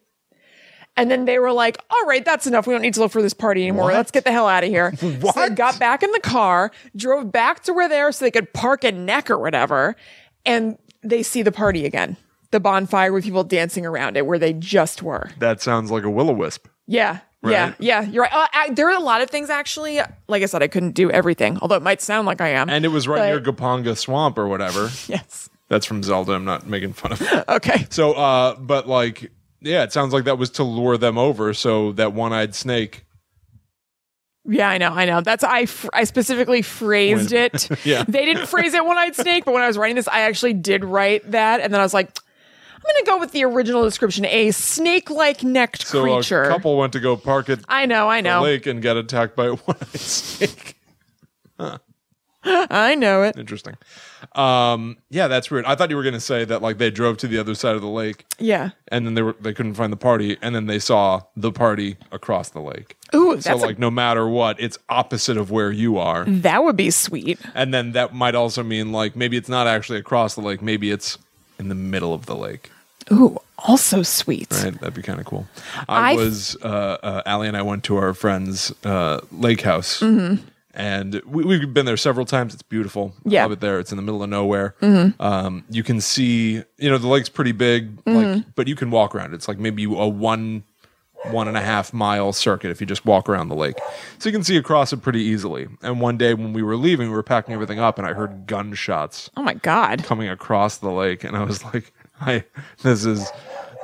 [SPEAKER 1] And then they were like, all right, that's enough. We don't need to look for this party anymore. Let's get the hell out of here. So they
[SPEAKER 2] What?
[SPEAKER 1] got back in the car, drove back to where they are so they could park a neck or whatever. And they see the party again the bonfire with people dancing around it where they just were.
[SPEAKER 2] That sounds like a will o wisp.
[SPEAKER 1] Yeah. Yeah,
[SPEAKER 2] Right?
[SPEAKER 1] yeah, you're right. Uh, I, there are a lot of things actually. Like I said, I couldn't do everything, although it might sound like I am.
[SPEAKER 2] And it was right near
[SPEAKER 1] But-
[SPEAKER 2] Gopanga Swamp or whatever.
[SPEAKER 1] yes.
[SPEAKER 2] That's from Zelda. I'm not making fun of
[SPEAKER 1] Okay.
[SPEAKER 2] So, uh, but like, yeah, it sounds like that was to lure them over. So that one eyed snake
[SPEAKER 1] Yeah, I know, I know. That's I. Fr- I specifically phrased
[SPEAKER 2] When-
[SPEAKER 1] it.
[SPEAKER 2] Yeah.
[SPEAKER 1] They didn't phrase it one-eyed snake, but when I was writing this, I actually did write that, and then I was like, I'm gonna go with the original description: a snake-like necked
[SPEAKER 2] So
[SPEAKER 1] creature.
[SPEAKER 2] a couple went to go park at
[SPEAKER 1] I know, I
[SPEAKER 2] the
[SPEAKER 1] know,
[SPEAKER 2] lake and got attacked by one snake.
[SPEAKER 1] I know it.
[SPEAKER 2] Interesting. Um, yeah, that's weird. I thought you were going to say that like they drove to the other side of the lake
[SPEAKER 1] Yeah.
[SPEAKER 2] and then they were they couldn't find the party and then they saw the party across the lake.
[SPEAKER 1] Ooh,
[SPEAKER 2] So
[SPEAKER 1] that's a- Mm.
[SPEAKER 2] like no matter what, it's opposite of where you are.
[SPEAKER 1] that would be sweet.
[SPEAKER 2] And then that might also mean like maybe it's not actually across the lake, maybe it's in the middle of the lake.
[SPEAKER 1] Ooh, also sweet.
[SPEAKER 2] Right? That'd be kind of cool. I,
[SPEAKER 1] I-
[SPEAKER 2] was uh, uh, Allie and I went to our friend's uh, lake house, and we, we've been there several times. It's beautiful. I
[SPEAKER 1] Yeah.
[SPEAKER 2] love it there. It's in the middle of nowhere. Um, you can see, you know, the lake's pretty big, like, but you can walk around. It's like maybe a one one and a half mile circuit if you just walk around the lake. So you can see across it pretty easily. And one day when we were leaving, we were packing everything up, and I heard gunshots
[SPEAKER 1] Oh my god.
[SPEAKER 2] coming across the lake and I was like I this is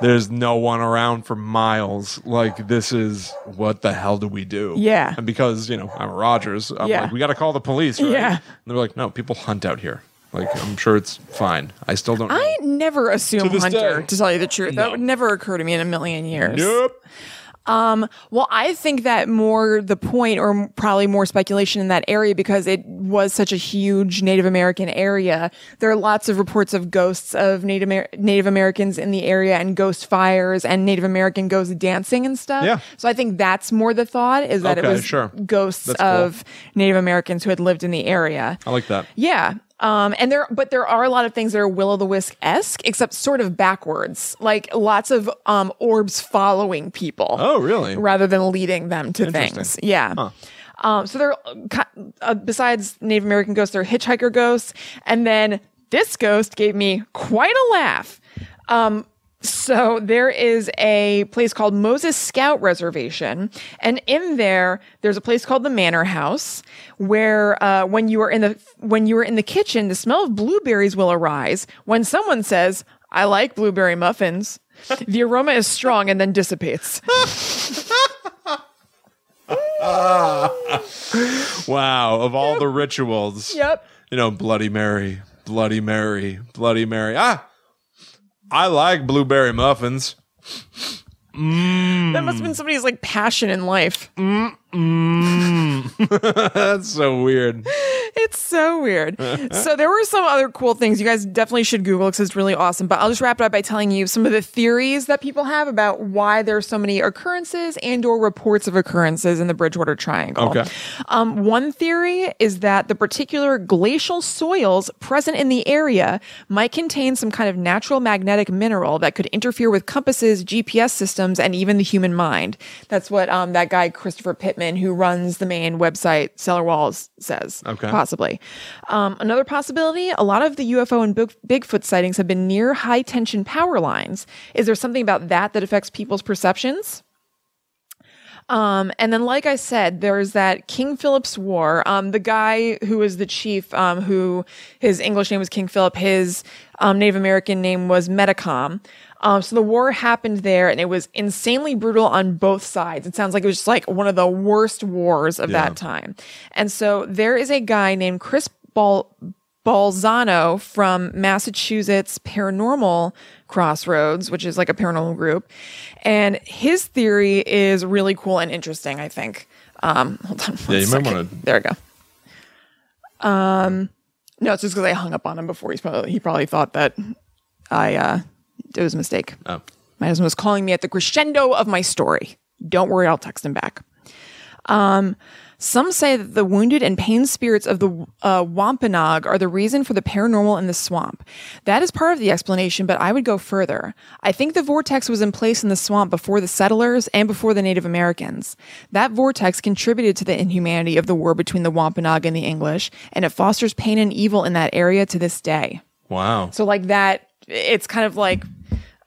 [SPEAKER 2] there's no one around for miles like this is what the hell do we do
[SPEAKER 1] Yeah.
[SPEAKER 2] and because you know I'm a Rogers I'm
[SPEAKER 1] Yeah.
[SPEAKER 2] like we got to call the police right?
[SPEAKER 1] Yeah.
[SPEAKER 2] and they're like no people hunt out here like I'm sure it's fine I still don't know.
[SPEAKER 1] I never assume
[SPEAKER 2] this
[SPEAKER 1] hunter.
[SPEAKER 2] day.
[SPEAKER 1] To tell you the truth,
[SPEAKER 2] No.
[SPEAKER 1] that would never occur to me in a million years.
[SPEAKER 2] nope
[SPEAKER 1] Well, I think that more the point, or m- probably more speculation in that area because it was such a huge Native American area. There are lots of reports of ghosts of Native Amer- Native Americans in the area, and ghost fires, and Native American ghost dancing and stuff.
[SPEAKER 2] Yeah.
[SPEAKER 1] So I think that's more the thought is that
[SPEAKER 2] Okay,
[SPEAKER 1] it was
[SPEAKER 2] sure.
[SPEAKER 1] ghosts
[SPEAKER 2] That's cool.
[SPEAKER 1] of Native Americans who had lived in the area.
[SPEAKER 2] I like that
[SPEAKER 1] Yeah. Um, and there, but there are a lot of things that are will o' the wisp esque, except sort of backwards, like lots of um, orbs following people.
[SPEAKER 2] Oh, really?
[SPEAKER 1] Rather than leading them to things. Yeah. Um, so there, are, ki- uh, besides Native American ghosts, there are hitchhiker ghosts, and then this ghost gave me quite a laugh. Um, so there is a place called Moses Scout Reservation, and in there, there's a place called the Manor House, where uh, when you are in the when you are in the kitchen, the smell of blueberries will arise when someone says, "I like blueberry muffins." the aroma is strong and then dissipates.
[SPEAKER 2] wow of all the rituals
[SPEAKER 1] Yep.
[SPEAKER 2] you know bloody mary bloody mary bloody mary ah I like blueberry muffins
[SPEAKER 1] That must have been somebody's like passion in life.
[SPEAKER 2] that's so weird
[SPEAKER 1] It's so weird. so there were some other cool things. You guys definitely should Google because it's really awesome. But I'll just wrap it up by telling you some of the theories that people have about why there's so many occurrences and/or reports of occurrences in the Bridgewater Triangle.
[SPEAKER 2] Okay.
[SPEAKER 1] Um, one theory is that the particular glacial soils present in the area might contain some kind of natural magnetic mineral that could interfere with compasses, GPS systems, and even the human mind. That's what um, that guy Christopher Pittman, who runs the main website Cellar Walls, says.
[SPEAKER 2] Okay.
[SPEAKER 1] possibly. Um, another possibility: a lot of the UFO and Big- Bigfoot sightings have been near high tension power lines. Is there something about that that affects people's perceptions? Um, and then, like I said, there's that King Philip's War. Um, the guy who was the chief, um, who his English name was King Philip, his um, Native American name was Metacom. Um, so the war happened there, and it was insanely brutal on both sides. It sounds like it was just like one of the worst wars of
[SPEAKER 2] Yeah.
[SPEAKER 1] that time. And so there is a guy named Chris Bal- Balzano from Massachusetts Paranormal Crossroads, which is like a paranormal group. And his theory is really cool and interesting, I think. Um, hold on. one
[SPEAKER 2] Yeah, you might
[SPEAKER 1] second.
[SPEAKER 2] wanna-
[SPEAKER 1] There we go. Um, no, it's just because I hung up on him before. He's probably, he probably thought that I uh, it was a mistake.
[SPEAKER 2] Oh.
[SPEAKER 1] My husband was calling me at the crescendo of my story. Don't worry, I'll text him back. Um, some say that the wounded and pained spirits of the uh, Wampanoag are the reason for the paranormal in the swamp. That is part of the explanation, but I would go further. I think the vortex was in place in the swamp before the settlers and before the Native Americans. That vortex contributed to the inhumanity of the war between the Wampanoag and the English, and it fosters pain and evil in that area to this day.
[SPEAKER 2] Wow.
[SPEAKER 1] So like that, it's kind of like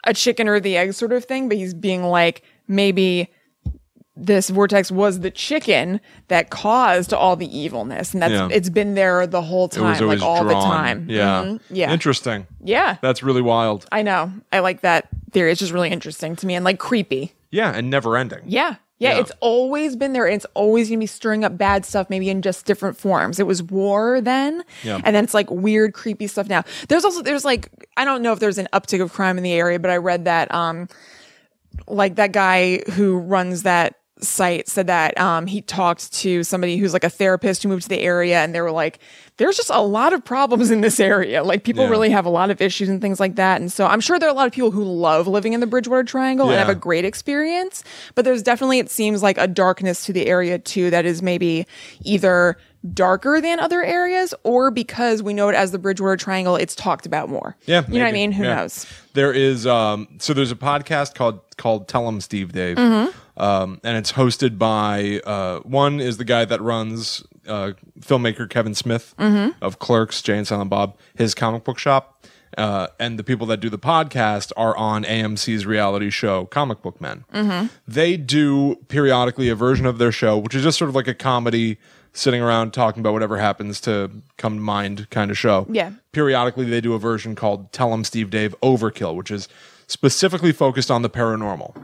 [SPEAKER 1] a chicken or the egg sort of thing, but he's being like, maybe this vortex was the chicken that caused all the evilness. And that's
[SPEAKER 2] Yeah.
[SPEAKER 1] it's been there the whole
[SPEAKER 2] it was
[SPEAKER 1] time, like
[SPEAKER 2] always
[SPEAKER 1] all the
[SPEAKER 2] drawn.
[SPEAKER 1] time.
[SPEAKER 2] Yeah.
[SPEAKER 1] Mhm. Yeah.
[SPEAKER 2] Interesting.
[SPEAKER 1] yeah.
[SPEAKER 2] That's really wild.
[SPEAKER 1] I know. I like that theory. It's just really interesting to me and like creepy.
[SPEAKER 2] Yeah, and never ending.
[SPEAKER 1] Yeah. Yeah,
[SPEAKER 2] Yeah.
[SPEAKER 1] it's always been there. And it's always going to be stirring up bad stuff, maybe in just different forms. It was war then,
[SPEAKER 2] Yeah.
[SPEAKER 1] and then it's like weird, creepy stuff now. There's also there's like I don't know if there's an uptick of crime in the area, but I read that um like that guy who runs that site said that um he talked to somebody who's like a therapist who moved to the area and they were like there's just a lot of problems in this area like people
[SPEAKER 2] Yeah.
[SPEAKER 1] really have a lot of issues and things like that and so i'm sure there are a lot of people who love living in the bridgewater triangle and have
[SPEAKER 2] Yeah.
[SPEAKER 1] a great experience but there's definitely it seems like a darkness to the area too that is maybe either darker than other areas or because we know it as the bridgewater triangle it's talked about more
[SPEAKER 2] Yeah,
[SPEAKER 1] you know what i
[SPEAKER 2] maybe.
[SPEAKER 1] mean who
[SPEAKER 2] Yeah.
[SPEAKER 1] knows
[SPEAKER 2] There is um, so there's a podcast called called Tell 'em Steve Dave,
[SPEAKER 1] Mm-hmm.
[SPEAKER 2] um, and it's hosted by uh, one is the guy that runs uh, filmmaker Kevin Smith
[SPEAKER 1] Mm-hmm.
[SPEAKER 2] of Clerks, Jay and Silent Bob, his comic book shop, uh, and the people that do the podcast are on AMC's reality show Comic Book Men.
[SPEAKER 1] Mm-hmm.
[SPEAKER 2] They do periodically a version of their show, which is just sort of like a comedy. Sitting around talking about whatever happens to come to mind, kind of show
[SPEAKER 1] Yeah.
[SPEAKER 2] periodically they do a version called Tell 'em Steve Dave Overkill, which is specifically focused on the paranormal.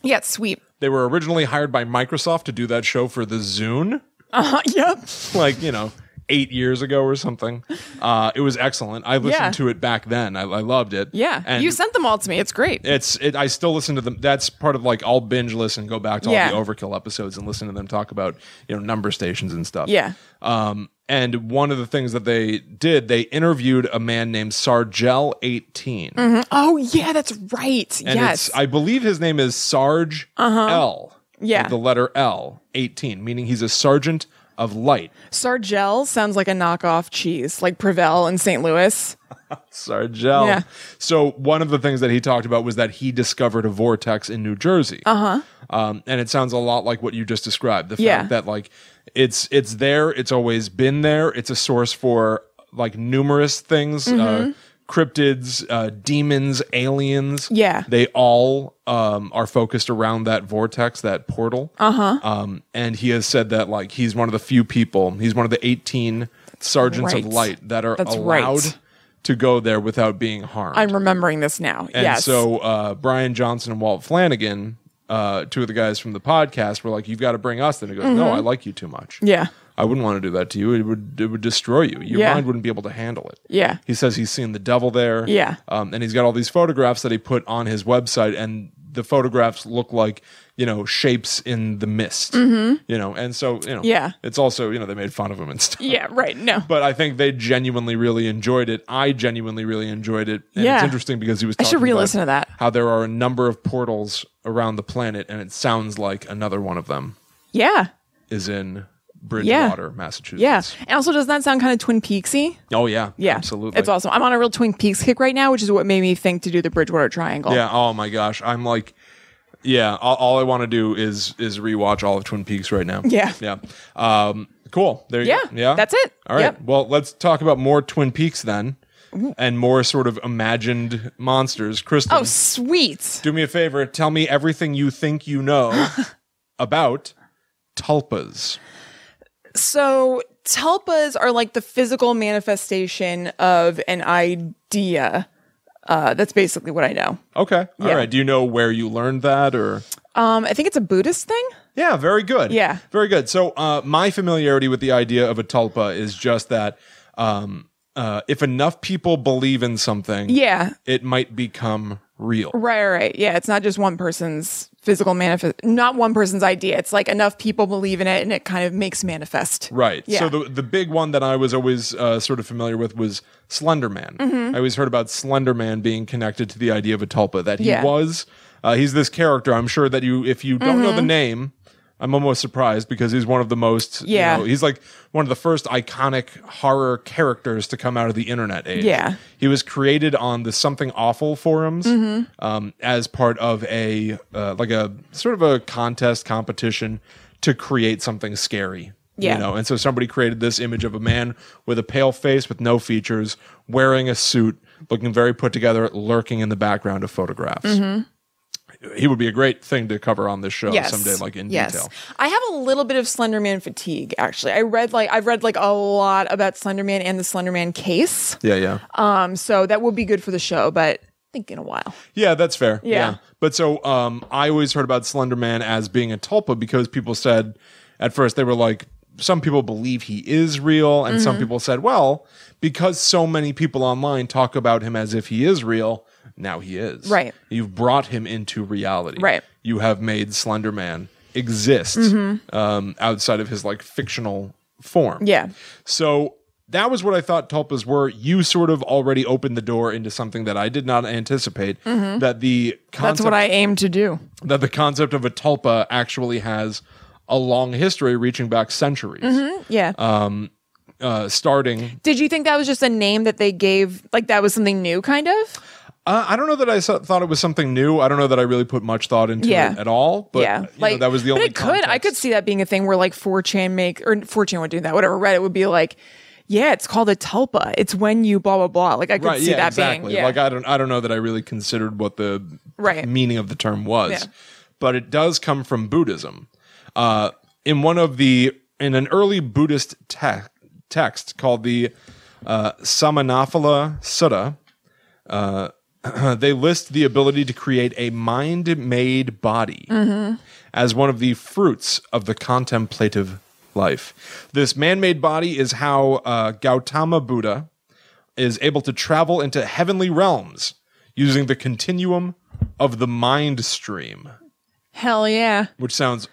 [SPEAKER 1] yeah it's sweet
[SPEAKER 2] They were originally hired by Microsoft to do that show for the Zune,
[SPEAKER 1] uh, yep
[SPEAKER 2] like, you know, eight years ago or something. Uh, it was excellent. I listened
[SPEAKER 1] Yeah.
[SPEAKER 2] to it back then. I, I loved it.
[SPEAKER 1] yeah
[SPEAKER 2] And
[SPEAKER 1] you sent them all to me it's great
[SPEAKER 2] it's it, I still listen to them. That's part of like I'll binge listen, go back to
[SPEAKER 1] Yeah.
[SPEAKER 2] all the Overkill episodes and listen to them talk about you know number stations and stuff.
[SPEAKER 1] Yeah.
[SPEAKER 2] Um, and one of the things that they did, they interviewed a man named Sargel 18
[SPEAKER 1] Oh yeah, that's right.
[SPEAKER 2] and
[SPEAKER 1] yes. Uh-huh.
[SPEAKER 2] it's I believe his name is Sarge L.
[SPEAKER 1] Yeah.
[SPEAKER 2] with the letter L, eighteen, meaning he's a sergeant of light.
[SPEAKER 1] Sargel sounds like a knockoff cheese, like Prevel in St. Louis.
[SPEAKER 2] Sargel.
[SPEAKER 1] Yeah.
[SPEAKER 2] So one of the things that he talked about was that he discovered a vortex in New Jersey. Uh huh. Um, and it sounds a lot like what you just described. The fact
[SPEAKER 1] Uh-huh. Yeah.
[SPEAKER 2] that like it's it's there, it's always been there. It's a source for like numerous things.
[SPEAKER 1] Mm-hmm.
[SPEAKER 2] Uh, Cryptids, uh, demons, aliens.
[SPEAKER 1] Yeah.
[SPEAKER 2] They all um, are focused around that vortex, that portal. Uh
[SPEAKER 1] Uh-huh.
[SPEAKER 2] huh. Um, and he has said that, like, he's one of the few people, he's one of the 18 sergeants
[SPEAKER 1] Right.
[SPEAKER 2] of light that are
[SPEAKER 1] That's right.
[SPEAKER 2] allowed to go there without being harmed.
[SPEAKER 1] I'm remembering this now.
[SPEAKER 2] and
[SPEAKER 1] yes.
[SPEAKER 2] so uh, Brian Johnson and Walt Flanagan, uh, two of the guys from the podcast, were like, "You've got to bring us." Then he goes, "No, I like you too much.
[SPEAKER 1] Mm-hmm. Yeah.
[SPEAKER 2] I wouldn't want to do that to you. It would it would destroy you. Your
[SPEAKER 1] Yeah.
[SPEAKER 2] mind wouldn't be able to handle it."
[SPEAKER 1] Yeah.
[SPEAKER 2] He says he's seen the devil there.
[SPEAKER 1] Yeah.
[SPEAKER 2] Um, and he's got all these photographs that he put on his website, and the photographs look like you know shapes in the mist. You know, and so you know,
[SPEAKER 1] Mm-hmm. Yeah.
[SPEAKER 2] It's also you know they made fun of him and stuff
[SPEAKER 1] Yeah, right. No.
[SPEAKER 2] but I think they genuinely really enjoyed it. I genuinely really enjoyed it. And
[SPEAKER 1] Yeah.
[SPEAKER 2] it's interesting because he was
[SPEAKER 1] I
[SPEAKER 2] talking
[SPEAKER 1] should re-listen
[SPEAKER 2] about
[SPEAKER 1] to that.
[SPEAKER 2] How there are a number of portals around the planet and it sounds like another one of them
[SPEAKER 1] yeah.
[SPEAKER 2] is in Bridgewater,
[SPEAKER 1] Yeah.
[SPEAKER 2] Massachusetts.
[SPEAKER 1] And also doesn't that sound kind of Twin Peaksy?
[SPEAKER 2] Oh yeah.
[SPEAKER 1] Yeah.
[SPEAKER 2] Absolutely.
[SPEAKER 1] It's awesome. I'm on a real Twin Peaks kick right now, which is what made me think to do the Bridgewater Triangle.
[SPEAKER 2] Yeah, oh my gosh. I'm like yeah, all, all I want to do is is rewatch all of Twin Peaks right now.
[SPEAKER 1] Yeah.
[SPEAKER 2] Yeah. Um cool. There you
[SPEAKER 1] Yeah.
[SPEAKER 2] go. Yeah.
[SPEAKER 1] That's it.
[SPEAKER 2] All right.
[SPEAKER 1] Yep. Mm-hmm.
[SPEAKER 2] Well, let's talk about more Twin Peaks then. And more sort of imagined monsters. Kristen,
[SPEAKER 1] Oh, sweet.
[SPEAKER 2] Do me a favor. Tell me everything you think you know about tulpas.
[SPEAKER 1] So tulpas are like the physical manifestation of an idea. Uh, that's basically what I know.
[SPEAKER 2] Okay. all right.
[SPEAKER 1] Yeah.
[SPEAKER 2] Do you know where you learned that or?
[SPEAKER 1] Um, I think it's a Buddhist thing.
[SPEAKER 2] Yeah, very good.
[SPEAKER 1] Yeah.
[SPEAKER 2] Very good. So, uh, my familiarity with the idea of a tulpa is just that um, uh, if enough people believe in something,
[SPEAKER 1] Yeah.
[SPEAKER 2] it might become real.
[SPEAKER 1] Right, right, right. Yeah, it's not just one person's physical manifest, not one person's idea. It's like enough people believe in it and it kind of makes manifest.
[SPEAKER 2] Right.
[SPEAKER 1] Yeah.
[SPEAKER 2] So the the big one that I was always uh, sort of familiar with was Slender Man.
[SPEAKER 1] Mm-hmm.
[SPEAKER 2] I always heard about Slender Man being connected to the idea of a tulpa that he
[SPEAKER 1] Yeah.
[SPEAKER 2] was. Uh, he's this character. I'm sure that you, if you don't know
[SPEAKER 1] Mm-hmm.
[SPEAKER 2] the name, I'm almost surprised because he's one of the most. you
[SPEAKER 1] Yeah.
[SPEAKER 2] know, he's like one of the first iconic horror characters to come out of the internet age.
[SPEAKER 1] Yeah.
[SPEAKER 2] He was created on the Something Awful forums
[SPEAKER 1] Mm-hmm.
[SPEAKER 2] um, as part of a uh, like a sort of a contest competition to create something scary.
[SPEAKER 1] Yeah.
[SPEAKER 2] You know, and so somebody created this image of a man with a pale face with no features, wearing a suit, looking very put together, lurking in the background of photographs. He would be a great thing to cover on this show
[SPEAKER 1] Mm-hmm. Yes.
[SPEAKER 2] someday, like in
[SPEAKER 1] yes.
[SPEAKER 2] detail.
[SPEAKER 1] I have a little bit of Slenderman fatigue, actually. I read like I've read like a lot about Slenderman and the Slenderman case.
[SPEAKER 2] Yeah, yeah.
[SPEAKER 1] Um, so that would be good for the show, but think in a while.
[SPEAKER 2] Yeah, that's fair. Yeah.
[SPEAKER 1] Yeah.
[SPEAKER 2] But so um, I always heard about Slender Man as being a tulpa because people said at first they were like, some people believe he is real, and
[SPEAKER 1] Mm-hmm.
[SPEAKER 2] some people said, well, because so many people online talk about him as if he is real, now he is.
[SPEAKER 1] Right.
[SPEAKER 2] You've brought him into reality.
[SPEAKER 1] Right.
[SPEAKER 2] You have made Slender Man exist um, outside of his like fictional form.
[SPEAKER 1] Mm-hmm. Yeah.
[SPEAKER 2] So that was what I thought tulpas were. You sort of already opened the door into something that I did not anticipate. That the
[SPEAKER 1] Mm-hmm. That's
[SPEAKER 2] concept,
[SPEAKER 1] what I aim to do.
[SPEAKER 2] that the concept of a tulpa actually has a long history reaching back centuries,
[SPEAKER 1] Yeah.
[SPEAKER 2] uh, starting.
[SPEAKER 1] Did you think that was just a name that they gave? Like that was something new, kind of?
[SPEAKER 2] Uh, I don't know that I so- thought it was something new. I don't know that I really put much thought into
[SPEAKER 1] Yeah.
[SPEAKER 2] it at all. But
[SPEAKER 1] yeah.
[SPEAKER 2] you know, that was the
[SPEAKER 1] but
[SPEAKER 2] only.
[SPEAKER 1] it could. I could
[SPEAKER 2] context.
[SPEAKER 1] see that being a thing where like 4chan make or 4chan would do that. Whatever Reddit would be like. Yeah, it's called a tulpa. It's when you blah blah blah. Like I could
[SPEAKER 2] Right.
[SPEAKER 1] see
[SPEAKER 2] yeah.
[SPEAKER 1] that
[SPEAKER 2] exactly.
[SPEAKER 1] being. Yeah.
[SPEAKER 2] Like I don't. I don't know that I really considered what the
[SPEAKER 1] Right.
[SPEAKER 2] meaning of the term was,
[SPEAKER 1] Yeah.
[SPEAKER 2] but it does come from Buddhism. Uh, in one of the in an early Buddhist te- text called the uh, Samanaphala Sutta, uh, they list the ability to create a mind-made body
[SPEAKER 1] Mm-hmm.
[SPEAKER 2] as one of the fruits of the contemplative life. This man-made body is how uh, Gautama Buddha is able to travel into heavenly realms using the continuum of the mind stream,
[SPEAKER 1] Hell yeah.
[SPEAKER 2] which sounds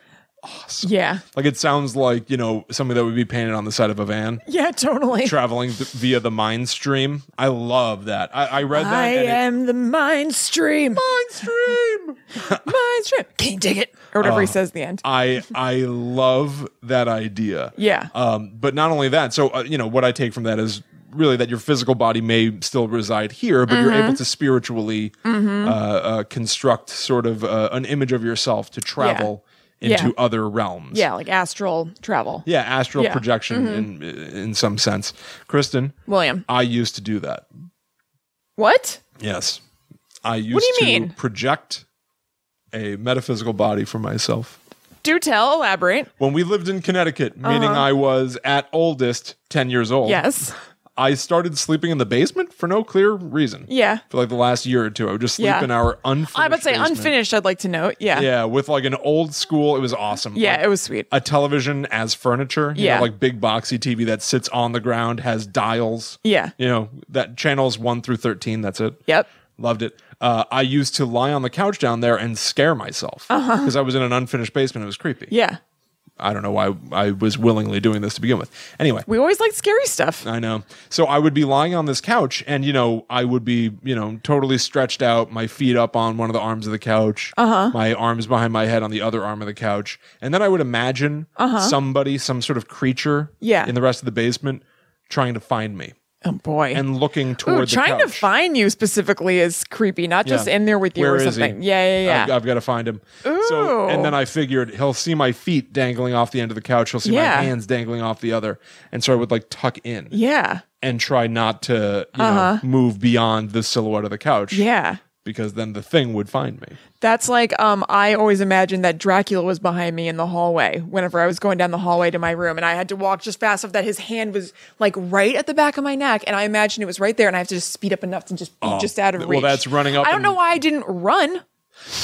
[SPEAKER 1] Yeah.
[SPEAKER 2] like it sounds like, you know, something that would be painted on the side of a van.
[SPEAKER 1] Yeah, totally.
[SPEAKER 2] Traveling th- via the mind stream. I love that. I, I read that.
[SPEAKER 1] I
[SPEAKER 2] and it-
[SPEAKER 1] am the mind stream.
[SPEAKER 2] mind stream.
[SPEAKER 1] Mind stream. Can't dig it. Or whatever
[SPEAKER 2] Uh,
[SPEAKER 1] he says at the end.
[SPEAKER 2] I I love that idea.
[SPEAKER 1] Yeah.
[SPEAKER 2] Um, but not only that. So uh, you know what I take from that is really that your physical body may still reside here, but you're
[SPEAKER 1] Mm-hmm.
[SPEAKER 2] able to spiritually uh, uh, construct sort of uh, an image of yourself to travel
[SPEAKER 1] Yeah.
[SPEAKER 2] into other realms.
[SPEAKER 1] yeah, like astral travel.
[SPEAKER 2] Yeah, astral
[SPEAKER 1] Yeah. Mm-hmm.
[SPEAKER 2] projection in in some sense. Kristen,
[SPEAKER 1] William.
[SPEAKER 2] I used to do that.
[SPEAKER 1] What?
[SPEAKER 2] Yes, I used
[SPEAKER 1] you
[SPEAKER 2] to
[SPEAKER 1] mean?
[SPEAKER 2] project a metaphysical body for myself.
[SPEAKER 1] Do tell, elaborate.
[SPEAKER 2] when we lived in Connecticut, meaning I was at oldest 10 years old.
[SPEAKER 1] Uh-huh. Yes.
[SPEAKER 2] I started sleeping in the basement for no clear reason.
[SPEAKER 1] Yeah.
[SPEAKER 2] For like the last year or two. I would just sleep
[SPEAKER 1] Yeah.
[SPEAKER 2] in our unfinished.
[SPEAKER 1] I would say
[SPEAKER 2] basement.
[SPEAKER 1] unfinished, I'd like to note. Yeah. Yeah,
[SPEAKER 2] Yeah, with like an old school. It was awesome. Like,
[SPEAKER 1] it was sweet.
[SPEAKER 2] a television as furniture. you know,
[SPEAKER 1] Yeah.
[SPEAKER 2] like big boxy TV that sits on the ground, has dials.
[SPEAKER 1] Yeah.
[SPEAKER 2] You know, that channels one through 13. That's it.
[SPEAKER 1] Yep.
[SPEAKER 2] Loved it. Uh, I used to lie on the couch down there and scare myself because I was in an unfinished basement. It was creepy.
[SPEAKER 1] Uh-huh. Yeah.
[SPEAKER 2] I don't know why I was willingly doing this to begin with. Anyway,
[SPEAKER 1] We always like scary stuff.
[SPEAKER 2] I know. So I would be lying on this couch and, you know, I would be, you know, totally stretched out, my feet up on one of the arms of the couch, uh-huh. my arms behind my head on the other arm of the couch. And then I would imagine somebody, some sort of creature
[SPEAKER 1] Uh-huh. Yeah.
[SPEAKER 2] in the rest of the basement trying to find me
[SPEAKER 1] Oh boy.
[SPEAKER 2] and looking toward
[SPEAKER 1] Ooh,
[SPEAKER 2] the
[SPEAKER 1] trying to
[SPEAKER 2] couch.
[SPEAKER 1] find you specifically is creepy, not just
[SPEAKER 2] Yeah.
[SPEAKER 1] in there with you
[SPEAKER 2] Where
[SPEAKER 1] or
[SPEAKER 2] is he?
[SPEAKER 1] something. Yeah, yeah,
[SPEAKER 2] I've,
[SPEAKER 1] yeah.
[SPEAKER 2] I've got to find him. So,
[SPEAKER 1] Ooh.
[SPEAKER 2] and then I figured he'll see my feet dangling off the end of the couch. He'll see
[SPEAKER 1] Yeah.
[SPEAKER 2] my hands dangling off the other. And so I would like tuck in.
[SPEAKER 1] Yeah.
[SPEAKER 2] and try not to you know, move beyond the silhouette of the couch
[SPEAKER 1] Uh-huh. Yeah.
[SPEAKER 2] because then the thing would find me.
[SPEAKER 1] That's like um I always imagined that Dracula was behind me in the hallway whenever I was going down the hallway to my room and I had to walk just fast enough that his hand was like right at the back of my neck and I imagined it was right there and I have to just speed up enough to just be just out of
[SPEAKER 2] Oh, well,
[SPEAKER 1] reach.
[SPEAKER 2] that's running up
[SPEAKER 1] I don't
[SPEAKER 2] and-
[SPEAKER 1] know why I didn't run.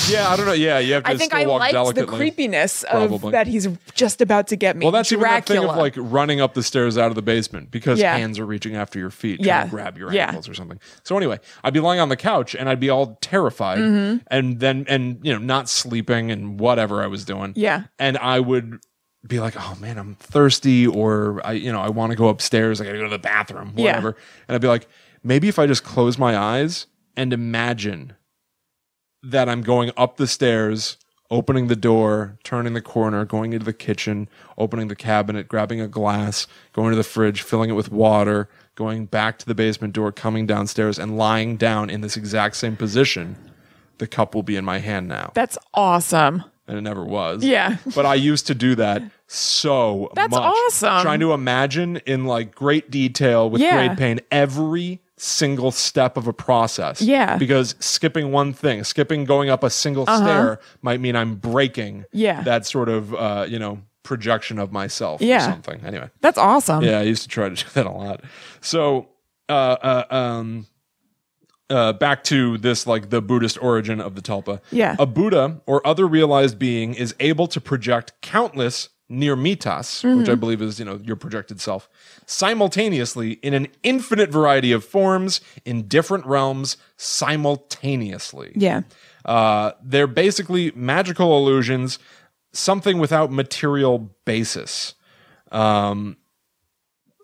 [SPEAKER 2] Yeah, I don't know. Yeah, you have to
[SPEAKER 1] I think
[SPEAKER 2] still
[SPEAKER 1] I
[SPEAKER 2] walk
[SPEAKER 1] liked
[SPEAKER 2] delicately.
[SPEAKER 1] the creepiness
[SPEAKER 2] Probably.
[SPEAKER 1] of that he's just about to get me.
[SPEAKER 2] well, that's
[SPEAKER 1] Dracula.
[SPEAKER 2] even that thing of like running up the stairs out of the basement because
[SPEAKER 1] Yeah.
[SPEAKER 2] hands are reaching after your feet, trying
[SPEAKER 1] Yeah.
[SPEAKER 2] to grab your
[SPEAKER 1] Yeah.
[SPEAKER 2] ankles or something. So anyway, I'd be lying on the couch and I'd be all terrified,
[SPEAKER 1] Mm-hmm.
[SPEAKER 2] and then and you know not sleeping and whatever I was doing.
[SPEAKER 1] Yeah.
[SPEAKER 2] and I would be like, oh man, I'm thirsty, or I you know I want to go upstairs. I got to go to the bathroom,
[SPEAKER 1] Yeah.
[SPEAKER 2] whatever. And I'd be like, maybe if I just close my eyes and imagine that I'm going up the stairs, opening the door, turning the corner, going into the kitchen, opening the cabinet, grabbing a glass, going to the fridge, filling it with water, going back to the basement door, coming downstairs, and lying down in this exact same position. The cup will be in my hand now.
[SPEAKER 1] That's awesome.
[SPEAKER 2] And it never was.
[SPEAKER 1] Yeah.
[SPEAKER 2] But I used to do that so
[SPEAKER 1] That's
[SPEAKER 2] much.
[SPEAKER 1] awesome.
[SPEAKER 2] Trying to imagine in like great detail with
[SPEAKER 1] Yeah.
[SPEAKER 2] great pain every single step of a process.
[SPEAKER 1] Yeah. Uh-huh.
[SPEAKER 2] Because skipping one thing, skipping going up a single stair might mean I'm breaking
[SPEAKER 1] Yeah.
[SPEAKER 2] that sort of uh, you know, projection of myself
[SPEAKER 1] Yeah.
[SPEAKER 2] or something. Anyway.
[SPEAKER 1] That's awesome.
[SPEAKER 2] Yeah, I used to try to do that a lot. So, uh, uh, um, uh, back to this like the Buddhist origin of the Tulpa.
[SPEAKER 1] Yeah.
[SPEAKER 2] A Buddha or other realized being is able to project countless nirmitas, which I believe is, you know, your projected self, simultaneously in an infinite variety of forms in different realms simultaneously.
[SPEAKER 1] Yeah.
[SPEAKER 2] Uh, they're basically magical illusions, something without material basis. Um,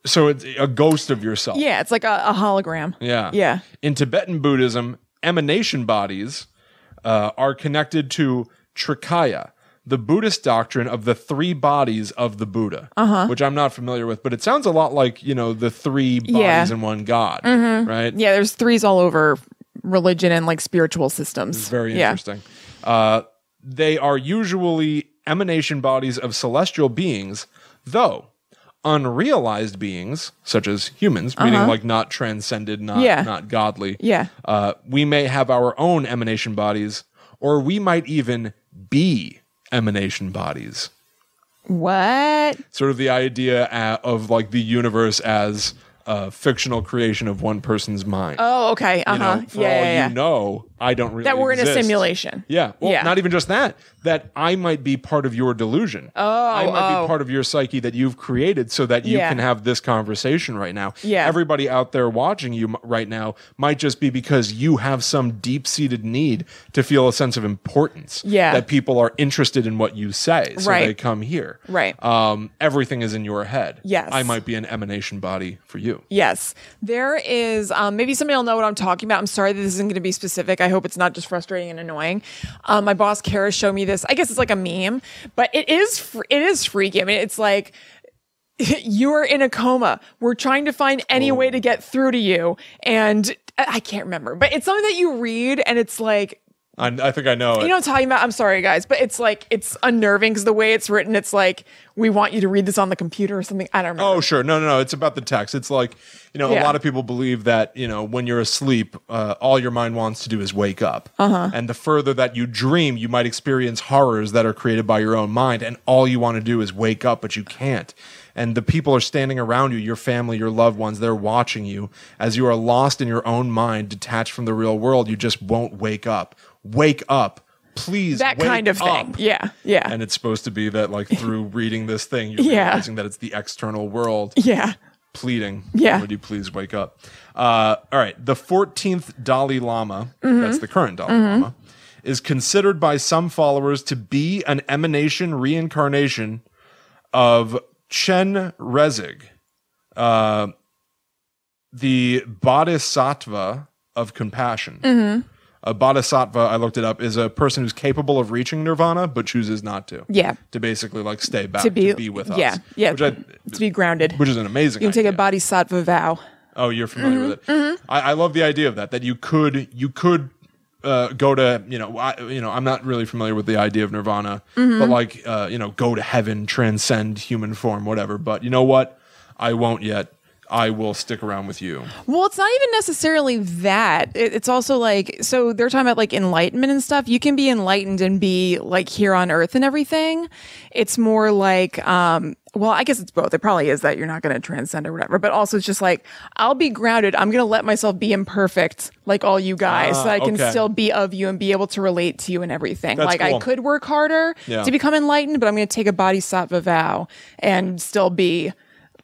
[SPEAKER 2] so it's a ghost of yourself.
[SPEAKER 1] Yeah. It's like a, a hologram.
[SPEAKER 2] Yeah.
[SPEAKER 1] Yeah.
[SPEAKER 2] In Tibetan Buddhism, emanation bodies uh, are connected to Trikaya, the Buddhist doctrine of the three bodies of the Buddha,
[SPEAKER 1] Uh-huh.
[SPEAKER 2] which I'm not familiar with, but it sounds a lot like, you know, the three bodies
[SPEAKER 1] Yeah. Mm-hmm.
[SPEAKER 2] in one God, right?
[SPEAKER 1] Yeah. There's threes all over religion and like spiritual systems.
[SPEAKER 2] Very
[SPEAKER 1] yeah.
[SPEAKER 2] interesting. Uh, they are usually emanation bodies of celestial beings, though unrealized beings, such as humans, meaning like not transcended, not,
[SPEAKER 1] Uh-huh. Yeah.
[SPEAKER 2] not godly.
[SPEAKER 1] Yeah.
[SPEAKER 2] Uh, we may have our own emanation bodies, or we might even be emanation bodies.
[SPEAKER 1] What?
[SPEAKER 2] Sort of the idea uh, of like the universe as a fictional creation of one person's mind.
[SPEAKER 1] Oh, okay. Uh
[SPEAKER 2] you know,
[SPEAKER 1] huh.
[SPEAKER 2] for
[SPEAKER 1] Yeah.
[SPEAKER 2] all
[SPEAKER 1] yeah, yeah.
[SPEAKER 2] you know, I don't really
[SPEAKER 1] that we're in a
[SPEAKER 2] exist.
[SPEAKER 1] simulation.
[SPEAKER 2] Yeah. Well,
[SPEAKER 1] Yeah.
[SPEAKER 2] not even just that. That I might be part of your delusion. Oh, I might
[SPEAKER 1] oh.
[SPEAKER 2] be part of your psyche that you've created so that you
[SPEAKER 1] Yeah.
[SPEAKER 2] can have this conversation right now.
[SPEAKER 1] Yeah.
[SPEAKER 2] Everybody out there watching you m- right now might just be because you have some deep-seated need to feel a sense of importance.
[SPEAKER 1] Yeah.
[SPEAKER 2] That people are interested in what you say, so
[SPEAKER 1] Right.
[SPEAKER 2] they come here.
[SPEAKER 1] Right.
[SPEAKER 2] Um, everything is in your head.
[SPEAKER 1] Yes.
[SPEAKER 2] I might be an emanation body for you.
[SPEAKER 1] Yes, there is. Um, maybe somebody will know what I'm talking about. I'm sorry that this isn't going to be specific. I hope it's not just frustrating and annoying. Um, my boss Kara showed me this. I guess it's like a meme, but it is fr- it is freaky. I mean, it's like you're in a coma. We're trying to find any way
[SPEAKER 2] Oh.
[SPEAKER 1] to get through to you, and I I can't remember. But it's something that you read, and it's like
[SPEAKER 2] I, I think I know it.
[SPEAKER 1] you know what I'm talking about? I'm sorry, guys, but it's like it's unnerving because the way it's written, it's like we want you to read this on the computer or something. I don't remember.
[SPEAKER 2] Oh, sure. No, no, no. It's about the text. It's like, you know,
[SPEAKER 1] Yeah.
[SPEAKER 2] a lot of people believe that, you know, when you're asleep, uh, all your mind wants to do is wake up. Uh-huh. And the further that you dream, you might experience horrors that are created by your own mind. And all you want to do is wake up, but you can't. And the people are standing around you, your family, your loved ones, they're watching you as you are lost in your own mind, detached from the real world. You just won't wake up. Wake up. Please.
[SPEAKER 1] that
[SPEAKER 2] wake
[SPEAKER 1] kind of
[SPEAKER 2] up
[SPEAKER 1] thing. Yeah, yeah,
[SPEAKER 2] and it's supposed to be that like through reading this thing you're
[SPEAKER 1] Yeah.
[SPEAKER 2] realizing that it's the external world
[SPEAKER 1] yeah.
[SPEAKER 2] pleading
[SPEAKER 1] Yeah.
[SPEAKER 2] would you please wake up uh, all right the 14th dalai lama
[SPEAKER 1] Mm-hmm.
[SPEAKER 2] that's the current dalai lama is considered by some followers to be an emanation reincarnation of chen rezig uh, the bodhisattva of compassion
[SPEAKER 1] Mm-hmm.
[SPEAKER 2] a bodhisattva i looked it up is a person who's capable of reaching nirvana but chooses not to
[SPEAKER 1] Yeah.
[SPEAKER 2] to basically like stay back
[SPEAKER 1] To
[SPEAKER 2] to
[SPEAKER 1] be-
[SPEAKER 2] be, with us
[SPEAKER 1] yeah, yeah.
[SPEAKER 2] which i
[SPEAKER 1] To be grounded.
[SPEAKER 2] which is an amazing
[SPEAKER 1] you can take a
[SPEAKER 2] idea.
[SPEAKER 1] bodhisattva vow.
[SPEAKER 2] oh you're familiar with it
[SPEAKER 1] Mm-hmm.
[SPEAKER 2] I, I love the idea of that that you could you could uh, go to you know I, you know I'm not really familiar with the idea of nirvana
[SPEAKER 1] Mm-hmm.
[SPEAKER 2] but like uh, you know go to heaven transcend human form whatever but you know what I won't yet I will stick around with you
[SPEAKER 1] Well, it's not even necessarily that. It, it's also like, so they're talking about like enlightenment and stuff. You can be enlightened and be like here on earth and everything. It's more like, um, well, I guess it's both. It probably is that you're not going to transcend or whatever, but also it's just like, I'll be grounded. I'm going to let myself be imperfect, like all you guys, so
[SPEAKER 2] Ah,
[SPEAKER 1] I can
[SPEAKER 2] okay.
[SPEAKER 1] still be of you and be able to relate to you and everything. like I
[SPEAKER 2] cool.
[SPEAKER 1] could work harder
[SPEAKER 2] Yeah.
[SPEAKER 1] to become enlightened, but I'm going to take a bodhisattva vow and still be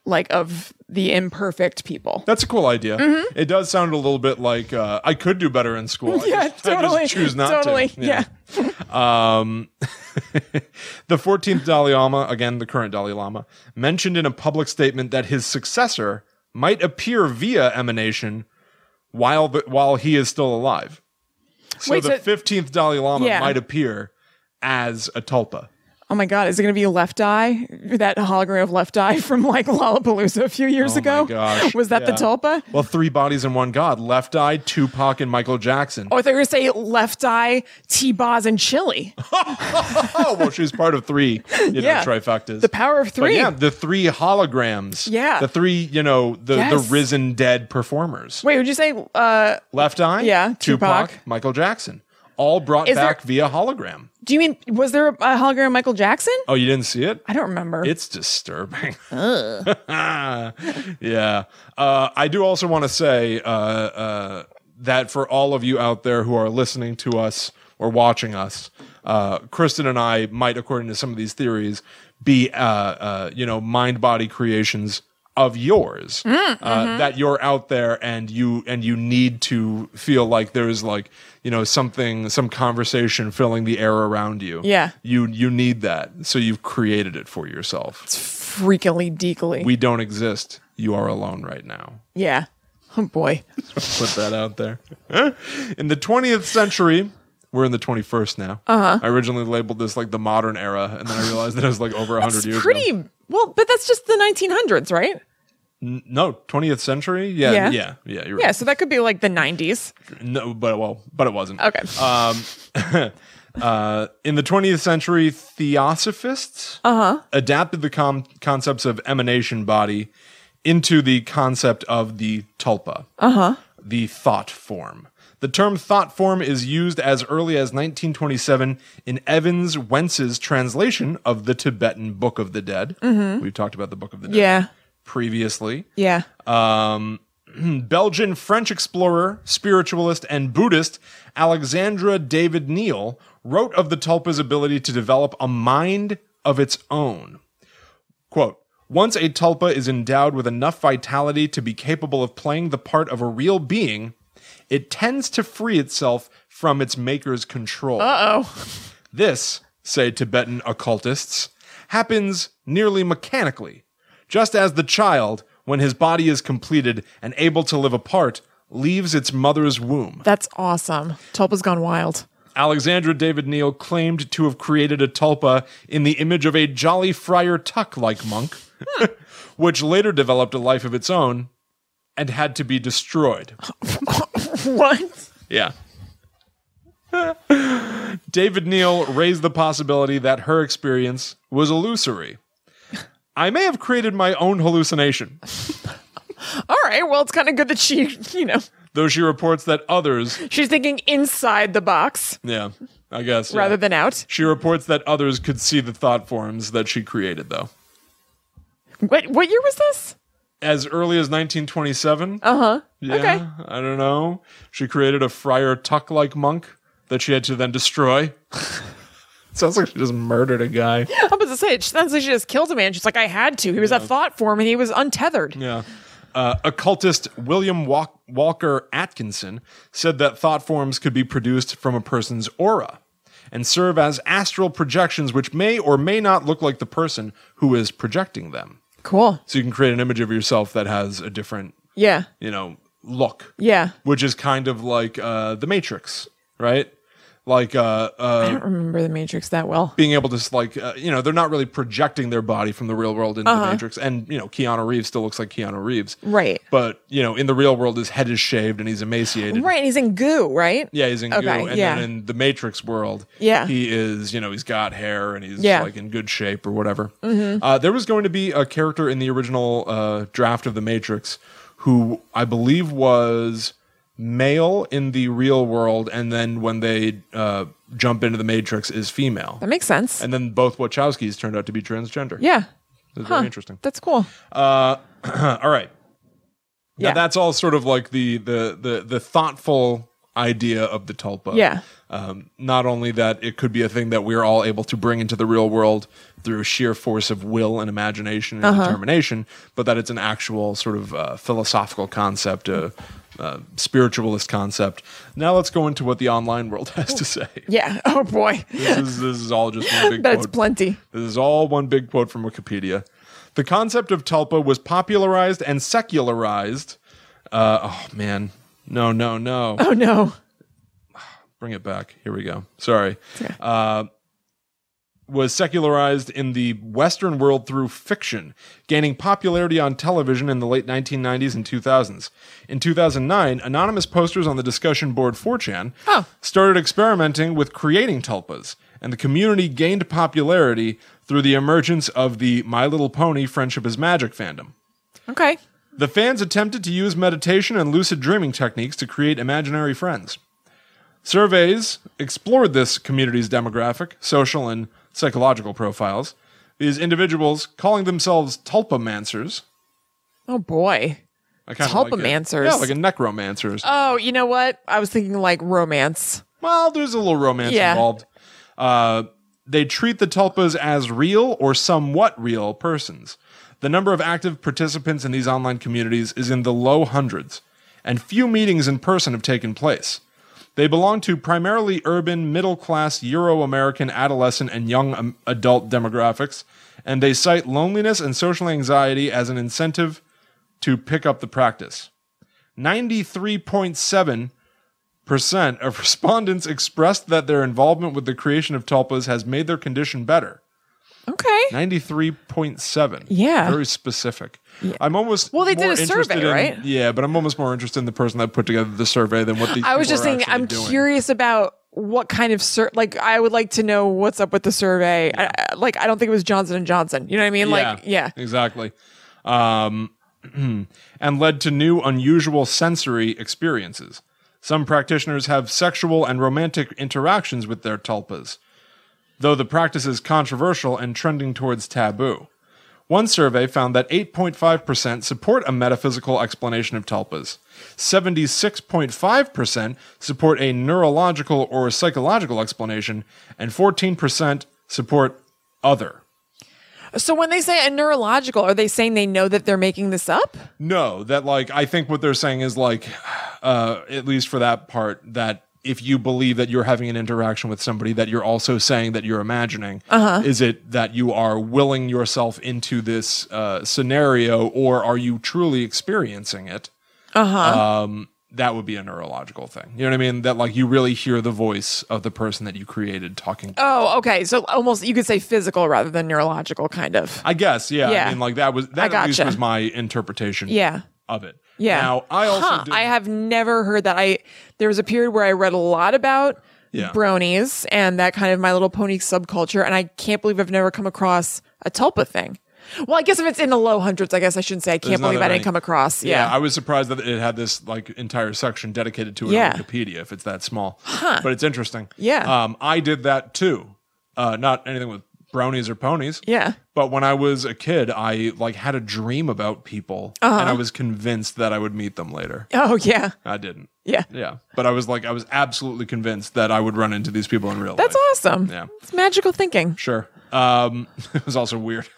[SPEAKER 1] like of the imperfect people.
[SPEAKER 2] that's a cool idea
[SPEAKER 1] Mm-hmm.
[SPEAKER 2] it does sound a little bit like uh, I could do better in school I
[SPEAKER 1] yeah,
[SPEAKER 2] just- I just
[SPEAKER 1] totally.
[SPEAKER 2] choose not
[SPEAKER 1] totally.
[SPEAKER 2] to
[SPEAKER 1] Yeah.
[SPEAKER 2] The 14th Dalai Lama, again, the current Dalai Lama, mentioned in a public statement that his successor might appear via emanation while, the, while he is still alive. So
[SPEAKER 1] Wait,
[SPEAKER 2] the
[SPEAKER 1] so-
[SPEAKER 2] 15th Dalai Lama
[SPEAKER 1] Yeah.
[SPEAKER 2] might appear as a tulpa.
[SPEAKER 1] Oh my God, is it going to be Left Eye? That hologram of Left Eye from like Lollapalooza a few years
[SPEAKER 2] Oh my
[SPEAKER 1] ago?
[SPEAKER 2] gosh,
[SPEAKER 1] Was that the
[SPEAKER 2] yeah.
[SPEAKER 1] Tulpa?
[SPEAKER 2] Well, three bodies in one god Left Eye, Tupac, and Michael Jackson.
[SPEAKER 1] Or Oh, they're going to say Left Eye, T Boz, and Chili.
[SPEAKER 2] Oh, well, she's part of three, you know,
[SPEAKER 1] Yeah.
[SPEAKER 2] trifectas.
[SPEAKER 1] The power of
[SPEAKER 2] But
[SPEAKER 1] three.
[SPEAKER 2] yeah, the three holograms.
[SPEAKER 1] Yeah.
[SPEAKER 2] The three, you know, the,
[SPEAKER 1] Yes.
[SPEAKER 2] the risen dead performers.
[SPEAKER 1] Wait, would you say, uh,
[SPEAKER 2] Left Eye,
[SPEAKER 1] Yeah,
[SPEAKER 2] Tupac,
[SPEAKER 1] Tupac.
[SPEAKER 2] Michael Jackson, all brought
[SPEAKER 1] Is there-
[SPEAKER 2] back via hologram.
[SPEAKER 1] do you mean, was there a hologram of Michael Jackson?
[SPEAKER 2] Oh, you didn't see it?
[SPEAKER 1] I don't remember.
[SPEAKER 2] It's disturbing. yeah, uh, I do also want to say uh, uh, that for all of you out there who are listening to us or watching us, uh, Kristen and I might, according to some of these theories, be uh, uh, you know mind body creations of yours uh, that you're out there and you and you need to feel like there's like you know something some conversation filling the air around you
[SPEAKER 1] Yeah.
[SPEAKER 2] you you need that so you've created it for yourself
[SPEAKER 1] Freakily deekly.
[SPEAKER 2] we don't exist you are alone right now
[SPEAKER 1] yeah. Oh boy.
[SPEAKER 2] put that out there. in the 20th century, we're in the 21st now. Uh-huh. I originally labeled this like the modern era, and then I realized that it was like over 100
[SPEAKER 1] It's
[SPEAKER 2] years
[SPEAKER 1] pretty
[SPEAKER 2] ago.
[SPEAKER 1] well, but that's just the 1900s, right?
[SPEAKER 2] No, 20th century? Yeah,
[SPEAKER 1] Yeah.
[SPEAKER 2] yeah, yeah. you're
[SPEAKER 1] Yeah,
[SPEAKER 2] right.
[SPEAKER 1] so that could be like the 90s.
[SPEAKER 2] No, but well, but it wasn't.
[SPEAKER 1] Okay.
[SPEAKER 2] Um, uh, in the 20th century, theosophists adapted the com- concepts of emanation body into the concept of the tulpa, uh-huh. the thought form. The term thought form is used as early as 1927 in Evans Wentz's translation of the Tibetan Book of the Dead. We've talked about the Book of the Dead
[SPEAKER 1] Yeah.
[SPEAKER 2] previously.
[SPEAKER 1] Yeah.
[SPEAKER 2] Um, Belgian French explorer, spiritualist, and Buddhist Alexandra David Neal wrote of the tulpa's ability to develop a mind of its own. Quote, once a tulpa is endowed with enough vitality to be capable of playing the part of a real being, it tends to free itself from its maker's control.
[SPEAKER 1] Oh,
[SPEAKER 2] This, say Tibetan occultists, happens nearly mechanically, just as the child, when his body is completed and able to live apart, leaves its mother's womb.
[SPEAKER 1] that's awesome. Tulpa's gone wild.
[SPEAKER 2] Alexandra David Neal claimed to have created a tulpa in the image of a jolly Friar Tuck like monk, which later developed a life of its own and had to be destroyed.
[SPEAKER 1] what?
[SPEAKER 2] Yeah. David Neal raised the possibility that her experience was illusory. I may have created my own hallucination,
[SPEAKER 1] All right. Well, it's kind of good that she, you know,
[SPEAKER 2] though she reports that others,
[SPEAKER 1] she's thinking inside the box
[SPEAKER 2] yeah, I guess. yeah.
[SPEAKER 1] rather than out.
[SPEAKER 2] she reports that others could see the thought forms that she created, though.
[SPEAKER 1] What what year was this?
[SPEAKER 2] As early as 1927,
[SPEAKER 1] Uh huh.
[SPEAKER 2] yeah,
[SPEAKER 1] okay.
[SPEAKER 2] I don't know. She created a friar tuck like monk that she had to then destroy. Sounds like she just murdered a guy.
[SPEAKER 1] I was gonna say it sounds like she just killed a man. She's like, I had to. He was a thought form and he was untethered.
[SPEAKER 2] Yeah. Uh, occultist William Walk- Walker Atkinson said that thought forms could be produced from a person's aura and serve as astral projections, which may or may not look like the person who is projecting them.
[SPEAKER 1] Cool.
[SPEAKER 2] So you can create an image of yourself that has a different,
[SPEAKER 1] Yeah.
[SPEAKER 2] you know, look,
[SPEAKER 1] Yeah.
[SPEAKER 2] which is kind of like uh, the Matrix, right? Like uh, uh,
[SPEAKER 1] I don't remember the Matrix that well.
[SPEAKER 2] being able to s- like uh, you know they're not really projecting their body from the real world into the matrix and you know keanu reeves still looks like keanu reeves
[SPEAKER 1] Uh-huh. Right.
[SPEAKER 2] but you know in the real world his head is shaved and he's emaciated
[SPEAKER 1] Right. He's in goo. Right.
[SPEAKER 2] yeah he's in goo
[SPEAKER 1] Okay,
[SPEAKER 2] and
[SPEAKER 1] yeah.
[SPEAKER 2] then in the matrix world
[SPEAKER 1] Yeah.
[SPEAKER 2] he is you know he's got hair and he's
[SPEAKER 1] Yeah. Mm-hmm.
[SPEAKER 2] like in good shape or whatever uh, there was going to be a character in the original uh, draft of the matrix who i believe was male in the real world and then when they uh, jump into the matrix is female
[SPEAKER 1] That makes sense.
[SPEAKER 2] and then both Wachowskis turned out to be transgender.
[SPEAKER 1] yeah.
[SPEAKER 2] It was very interesting. Uh,
[SPEAKER 1] That's cool.
[SPEAKER 2] all right. Now
[SPEAKER 1] Yeah.
[SPEAKER 2] that's all sort of like the the the the thoughtful idea of the tulpa.
[SPEAKER 1] Yeah.
[SPEAKER 2] Um, not only that it could be a thing that we're all able to bring into the real world through sheer force of will and imagination and
[SPEAKER 1] Uh-huh.
[SPEAKER 2] determination, but that it's an actual sort of uh, philosophical concept, a uh, spiritualist concept. Now let's go into what the online world has to say.
[SPEAKER 1] Yeah. Oh boy.
[SPEAKER 2] This is this is all just one big
[SPEAKER 1] But it's
[SPEAKER 2] quote.
[SPEAKER 1] plenty.
[SPEAKER 2] This is all one big quote from Wikipedia. The concept of tulpa was popularized and secularized. Uh, oh man, no, no, no!
[SPEAKER 1] Oh no.
[SPEAKER 2] Bring it back. Here we go. Sorry. Uh, was secularized in the Western world through fiction, gaining popularity on television in the late 1990s and 2000s. In 2009, anonymous posters on the discussion board 4chan
[SPEAKER 1] Oh.
[SPEAKER 2] started experimenting with creating tulpas, and the community gained popularity through the emergence of the My Little Pony Friendship is Magic fandom.
[SPEAKER 1] Okay.
[SPEAKER 2] The fans attempted to use meditation and lucid dreaming techniques to create imaginary friends. Surveys explored this community's demographic, social, and psychological profiles. These individuals, calling themselves tulpamancers,
[SPEAKER 1] Oh boy.
[SPEAKER 2] I kind
[SPEAKER 1] Tulpamancers.
[SPEAKER 2] Yeah, like a necromancer. Or something.
[SPEAKER 1] Oh, you know what? I was thinking like romance.
[SPEAKER 2] well, there's a little romance
[SPEAKER 1] Yeah.
[SPEAKER 2] involved. Uh, they treat the tulpas as real or somewhat real persons. The number of active participants in these online communities is in the low hundreds, and few meetings in person have taken place. They belong to primarily urban, middle class, Euro American, adolescent, and young um, adult demographics, and they cite loneliness and social anxiety as an incentive to pick up the practice. 93.7 percent of respondents expressed that their involvement with the creation of tulpas has made their condition better.
[SPEAKER 1] Okay.
[SPEAKER 2] Ninety-three point seven.
[SPEAKER 1] Yeah.
[SPEAKER 2] very specific. I'm almost
[SPEAKER 1] Well, they did
[SPEAKER 2] more
[SPEAKER 1] a survey,
[SPEAKER 2] interested in-
[SPEAKER 1] right?
[SPEAKER 2] Yeah, but I'm almost more interested in the person that put together the survey than what the.
[SPEAKER 1] I was just
[SPEAKER 2] saying.
[SPEAKER 1] thinking, I'm curious about what kind of sur- like I would like to know what's up with the survey. I- I, like I don't think it was Johnson and Johnson. You know what I mean? Like yeah.
[SPEAKER 2] exactly. Um, and led to new, unusual sensory experiences. Some practitioners have sexual and romantic interactions with their tulpas, though the practice is controversial and trending towards taboo. One survey found that 8.5% support a metaphysical explanation of tulpas. 76.5% support a neurological or psychological explanation, and 14% support other.
[SPEAKER 1] So when they say a neurological, are they saying they know that they're making this up?
[SPEAKER 2] No, that like I think what they're saying is like, uh, at least for that part, that if you believe that you're having an interaction with somebody, that you're also saying that you're imagining. Uh-huh. Is it that you are willing yourself into this uh, scenario, or are you truly experiencing it?
[SPEAKER 1] Uh-huh.
[SPEAKER 2] Um, that would be a neurological thing. You know what I mean? That like you really hear the voice of the person that you created talking.
[SPEAKER 1] Oh, okay. So almost you could say physical rather than neurological, kind of.
[SPEAKER 2] I guess, yeah.
[SPEAKER 1] Yeah.
[SPEAKER 2] I mean, like that was that at least
[SPEAKER 1] gotcha.
[SPEAKER 2] was my interpretation.
[SPEAKER 1] Yeah.
[SPEAKER 2] Of it.
[SPEAKER 1] Yeah.
[SPEAKER 2] Now I also
[SPEAKER 1] Huh,
[SPEAKER 2] did-
[SPEAKER 1] I have never heard that. I there was a period where I read a lot about
[SPEAKER 2] Yeah.
[SPEAKER 1] bronies and that kind of My Little Pony subculture, and I can't believe I've never come across a tulpa thing. Well, I guess if it's in the low hundreds, I guess I shouldn't say I
[SPEAKER 2] There's
[SPEAKER 1] can't
[SPEAKER 2] not
[SPEAKER 1] believe
[SPEAKER 2] that
[SPEAKER 1] I didn't
[SPEAKER 2] many.
[SPEAKER 1] come across.
[SPEAKER 2] Yeah.
[SPEAKER 1] Yeah.
[SPEAKER 2] I was surprised that it had this like entire section dedicated to it
[SPEAKER 1] Yeah.
[SPEAKER 2] on Wikipedia if it's that small. But it's interesting.
[SPEAKER 1] Yeah.
[SPEAKER 2] Um, I did that too. Uh, not anything with bronies or ponies.
[SPEAKER 1] Yeah.
[SPEAKER 2] But when I was a kid, I like had a dream about people
[SPEAKER 1] Uh-huh.
[SPEAKER 2] and I was convinced that I would meet them later.
[SPEAKER 1] oh yeah.
[SPEAKER 2] I didn't.
[SPEAKER 1] Yeah.
[SPEAKER 2] Yeah. But I was like I was absolutely convinced that I would run into these people in real life.
[SPEAKER 1] That's awesome.
[SPEAKER 2] Yeah.
[SPEAKER 1] It's magical thinking.
[SPEAKER 2] Sure. Um, it was also weird.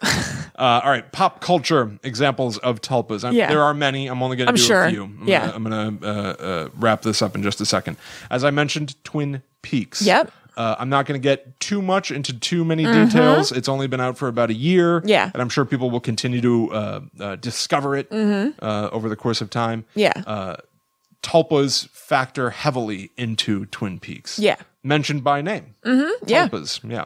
[SPEAKER 2] Uh, all right, pop culture examples of tulpas. I'm,
[SPEAKER 1] Yeah.
[SPEAKER 2] There are many. I'm only going to
[SPEAKER 1] I'm
[SPEAKER 2] do
[SPEAKER 1] sure.
[SPEAKER 2] a few. I'm
[SPEAKER 1] Yeah.
[SPEAKER 2] Gonna, I'm going to uh, uh, wrap this up in just a second. As I mentioned, Twin Peaks.
[SPEAKER 1] Yep. Mm-hmm.
[SPEAKER 2] Uh, I'm not going to get too much into too many details. It's only been out for about a year.
[SPEAKER 1] Yeah.
[SPEAKER 2] And I'm sure people will continue to uh, uh, discover it uh, over the course of time.
[SPEAKER 1] Mm-hmm. Yeah.
[SPEAKER 2] Uh, tulpas factor heavily into Twin Peaks.
[SPEAKER 1] Yeah.
[SPEAKER 2] Mentioned by name.
[SPEAKER 1] Mm-hmm. yeah.
[SPEAKER 2] Tulpas, yeah.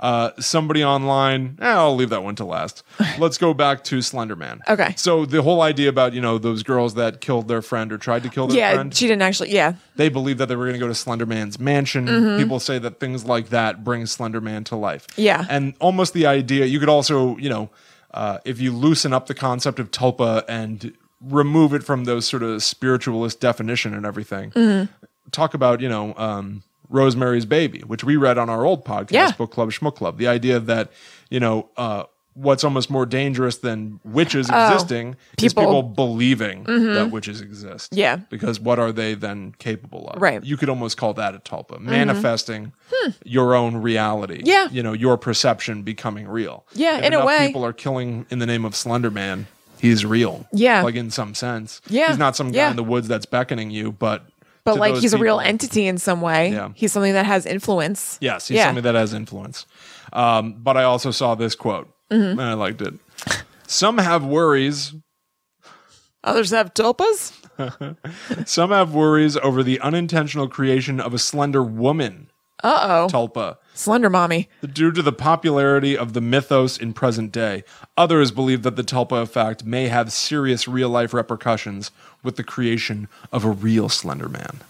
[SPEAKER 2] Uh, somebody online. eh, I'll leave that one to last. Let's go back to Slender Man.
[SPEAKER 1] Okay.
[SPEAKER 2] So the whole idea about you know those girls that killed their friend or tried to kill their
[SPEAKER 1] Yeah.
[SPEAKER 2] friend,
[SPEAKER 1] She didn't actually. Yeah.
[SPEAKER 2] they believed that they were going to go to Slender Man's mansion.
[SPEAKER 1] Mm-hmm.
[SPEAKER 2] People say that things like that bring Slender Man to life.
[SPEAKER 1] Yeah.
[SPEAKER 2] And almost the idea. You could also you know uh, if you loosen up the concept of tulpa and remove it from those sort of spiritualist definition and everything
[SPEAKER 1] Mm-hmm.
[SPEAKER 2] talk about you know um, Rosemary's Baby, which we read on our old podcast,
[SPEAKER 1] Yeah.
[SPEAKER 2] Book Club Schmuck Club. The idea that you know uh, what's almost more dangerous than witches existing is
[SPEAKER 1] Oh. people- Mm-hmm.
[SPEAKER 2] people believing that witches exist.
[SPEAKER 1] Yeah.
[SPEAKER 2] because what are they then capable of?
[SPEAKER 1] Right. Mm-hmm. Hmm.
[SPEAKER 2] You could almost call that a tulpa, manifesting your own reality.
[SPEAKER 1] Yeah.
[SPEAKER 2] you know your perception becoming real.
[SPEAKER 1] Yeah,
[SPEAKER 2] If
[SPEAKER 1] in a
[SPEAKER 2] enough
[SPEAKER 1] way.
[SPEAKER 2] people are killing in the name of Slender Man. He's real.
[SPEAKER 1] Yeah.
[SPEAKER 2] like in some sense.
[SPEAKER 1] Yeah.
[SPEAKER 2] he's not some guy
[SPEAKER 1] Yeah.
[SPEAKER 2] in the woods that's beckoning you, but
[SPEAKER 1] But
[SPEAKER 2] to
[SPEAKER 1] like
[SPEAKER 2] those
[SPEAKER 1] he's a real
[SPEAKER 2] people.
[SPEAKER 1] entity in some way.
[SPEAKER 2] Yeah.
[SPEAKER 1] He's something that has influence.
[SPEAKER 2] Yes, he's
[SPEAKER 1] Yeah.
[SPEAKER 2] somebody that has influence. Um, but I also saw this quote
[SPEAKER 1] Mm-hmm.
[SPEAKER 2] and I liked it. Some have worries.
[SPEAKER 1] Others have tulpas.
[SPEAKER 2] Some have worries over the unintentional creation of a slender woman,
[SPEAKER 1] Uh oh.
[SPEAKER 2] Tulpa,
[SPEAKER 1] Slender mommy.
[SPEAKER 2] due to the popularity of the mythos in present day. Others believe that the Tulpa effect may have serious real life repercussions with the creation of a real slender man.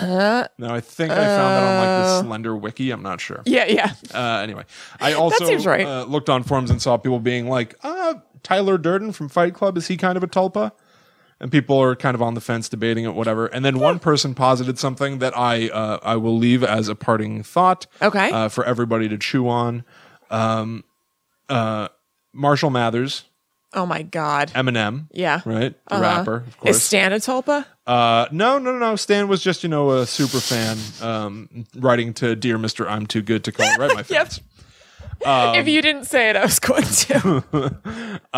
[SPEAKER 2] now, I think I found that on like the Slender Wiki. I'm not sure.
[SPEAKER 1] Yeah. Yeah.
[SPEAKER 2] Uh, anyway, I also
[SPEAKER 1] seems right.
[SPEAKER 2] uh, looked on forums and saw people being like, uh, Tyler Durden from Fight Club, is he kind of a tulpa? And people are kind of on the fence debating it, whatever. And then
[SPEAKER 1] Hmm.
[SPEAKER 2] one person posited something that I uh, I will leave as a parting thought
[SPEAKER 1] Okay.
[SPEAKER 2] uh, for everybody to chew on. Um, uh, Marshall Mathers
[SPEAKER 1] Oh my God.
[SPEAKER 2] Eminem.
[SPEAKER 1] Yeah.
[SPEAKER 2] Right? The
[SPEAKER 1] Uh-huh.
[SPEAKER 2] rapper, of course.
[SPEAKER 1] Is Stan a tulpa?
[SPEAKER 2] Uh, no, no, no, no. Stan was just, you know, a super fan, um, writing to Dear Mr. I'm Too Good to Call It Right, my Um,
[SPEAKER 1] Yep.
[SPEAKER 2] fans.
[SPEAKER 1] if you didn't say it, I was going to.
[SPEAKER 2] Uh,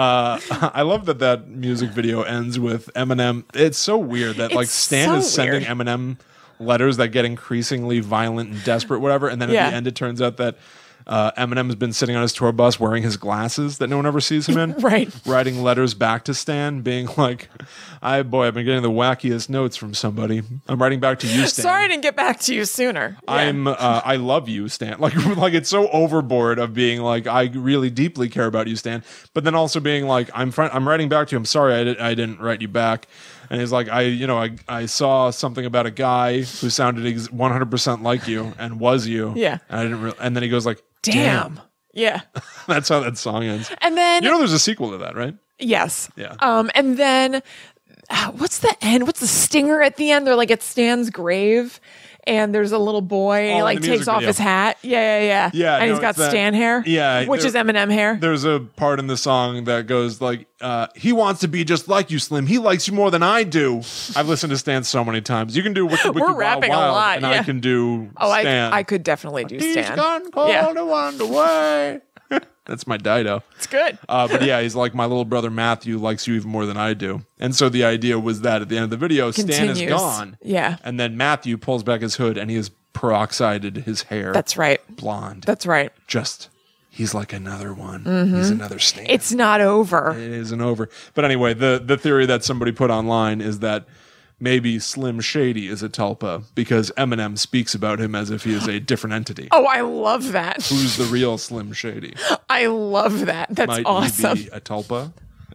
[SPEAKER 2] I love that that music video ends with Eminem. It's so weird that, like,
[SPEAKER 1] It's
[SPEAKER 2] Stan
[SPEAKER 1] so
[SPEAKER 2] is sending
[SPEAKER 1] weird.
[SPEAKER 2] Eminem letters that get increasingly violent and desperate, whatever. And then at
[SPEAKER 1] Yeah.
[SPEAKER 2] the end, it turns out that uh, Eminem has been sitting on his tour bus wearing his glasses that no one ever sees him in.
[SPEAKER 1] Right.
[SPEAKER 2] Writing letters back to Stan, being like, I, boy, I've been getting the wackiest notes from somebody. I'm writing back to you, Stan.
[SPEAKER 1] Sorry I didn't get back to you sooner. Yeah.
[SPEAKER 2] I'm uh, I love you, Stan. Like like it's so overboard of being like I really deeply care about you, Stan. But then also being like I'm fr- I'm writing back to you. I'm sorry I, did, I didn't write you back. And he's like I you know I I saw something about a guy who sounded ex- 100% like you and was you.
[SPEAKER 1] Yeah.
[SPEAKER 2] And I didn't. Re- and then he goes like
[SPEAKER 1] Damn.
[SPEAKER 2] Damn.
[SPEAKER 1] Yeah.
[SPEAKER 2] That's how that song ends.
[SPEAKER 1] And then
[SPEAKER 2] You know there's a sequel to that, right?
[SPEAKER 1] yes.
[SPEAKER 2] Yeah.
[SPEAKER 1] Um and then uh, what's the end? What's the stinger at the end? They're like at Stan's grave and there's a little boy
[SPEAKER 2] in
[SPEAKER 1] and he, like
[SPEAKER 2] Oh, the music
[SPEAKER 1] takes off
[SPEAKER 2] video.
[SPEAKER 1] his hat. Yeah, yeah, yeah.
[SPEAKER 2] Yeah,
[SPEAKER 1] And
[SPEAKER 2] no,
[SPEAKER 1] he's got
[SPEAKER 2] it's that-
[SPEAKER 1] Stan hair.
[SPEAKER 2] Yeah,
[SPEAKER 1] Which
[SPEAKER 2] there-
[SPEAKER 1] is Eminem hair.
[SPEAKER 2] There's a part in the song that goes like, uh, "He wants to be just like you, Slim. He likes you more than I do." I've listened to Stan so many times. You can do Wicked, Wicked Wild
[SPEAKER 1] rapping a
[SPEAKER 2] Wild,
[SPEAKER 1] lot,
[SPEAKER 2] and I
[SPEAKER 1] yeah.
[SPEAKER 2] can do
[SPEAKER 1] oh, I
[SPEAKER 2] Stan.
[SPEAKER 1] I could definitely do
[SPEAKER 2] He's
[SPEAKER 1] Stan.
[SPEAKER 2] gone cold
[SPEAKER 1] Yeah.
[SPEAKER 2] and wander away. That's my Dido.
[SPEAKER 1] It's good.
[SPEAKER 2] Uh, but yeah, he's like my little brother Matthew likes you even more than I do, and so the idea was that at the end of the video, Stan is
[SPEAKER 1] Continues.
[SPEAKER 2] gone,
[SPEAKER 1] Yeah.
[SPEAKER 2] and then Matthew pulls back his hood and he has peroxided his hair.
[SPEAKER 1] That's right.
[SPEAKER 2] blonde.
[SPEAKER 1] That's right.
[SPEAKER 2] just he's like another one. He's another Stan.
[SPEAKER 1] It's not over.
[SPEAKER 2] it isn't over. But anyway, the the theory that somebody put online is that maybe Slim Shady is a Tulpa because Eminem speaks about him as if he is a different entity.
[SPEAKER 1] Oh, I love that.
[SPEAKER 2] Who's the real Slim Shady?
[SPEAKER 1] I love that. That's
[SPEAKER 2] Might
[SPEAKER 1] awesome.
[SPEAKER 2] he be a Tulpa?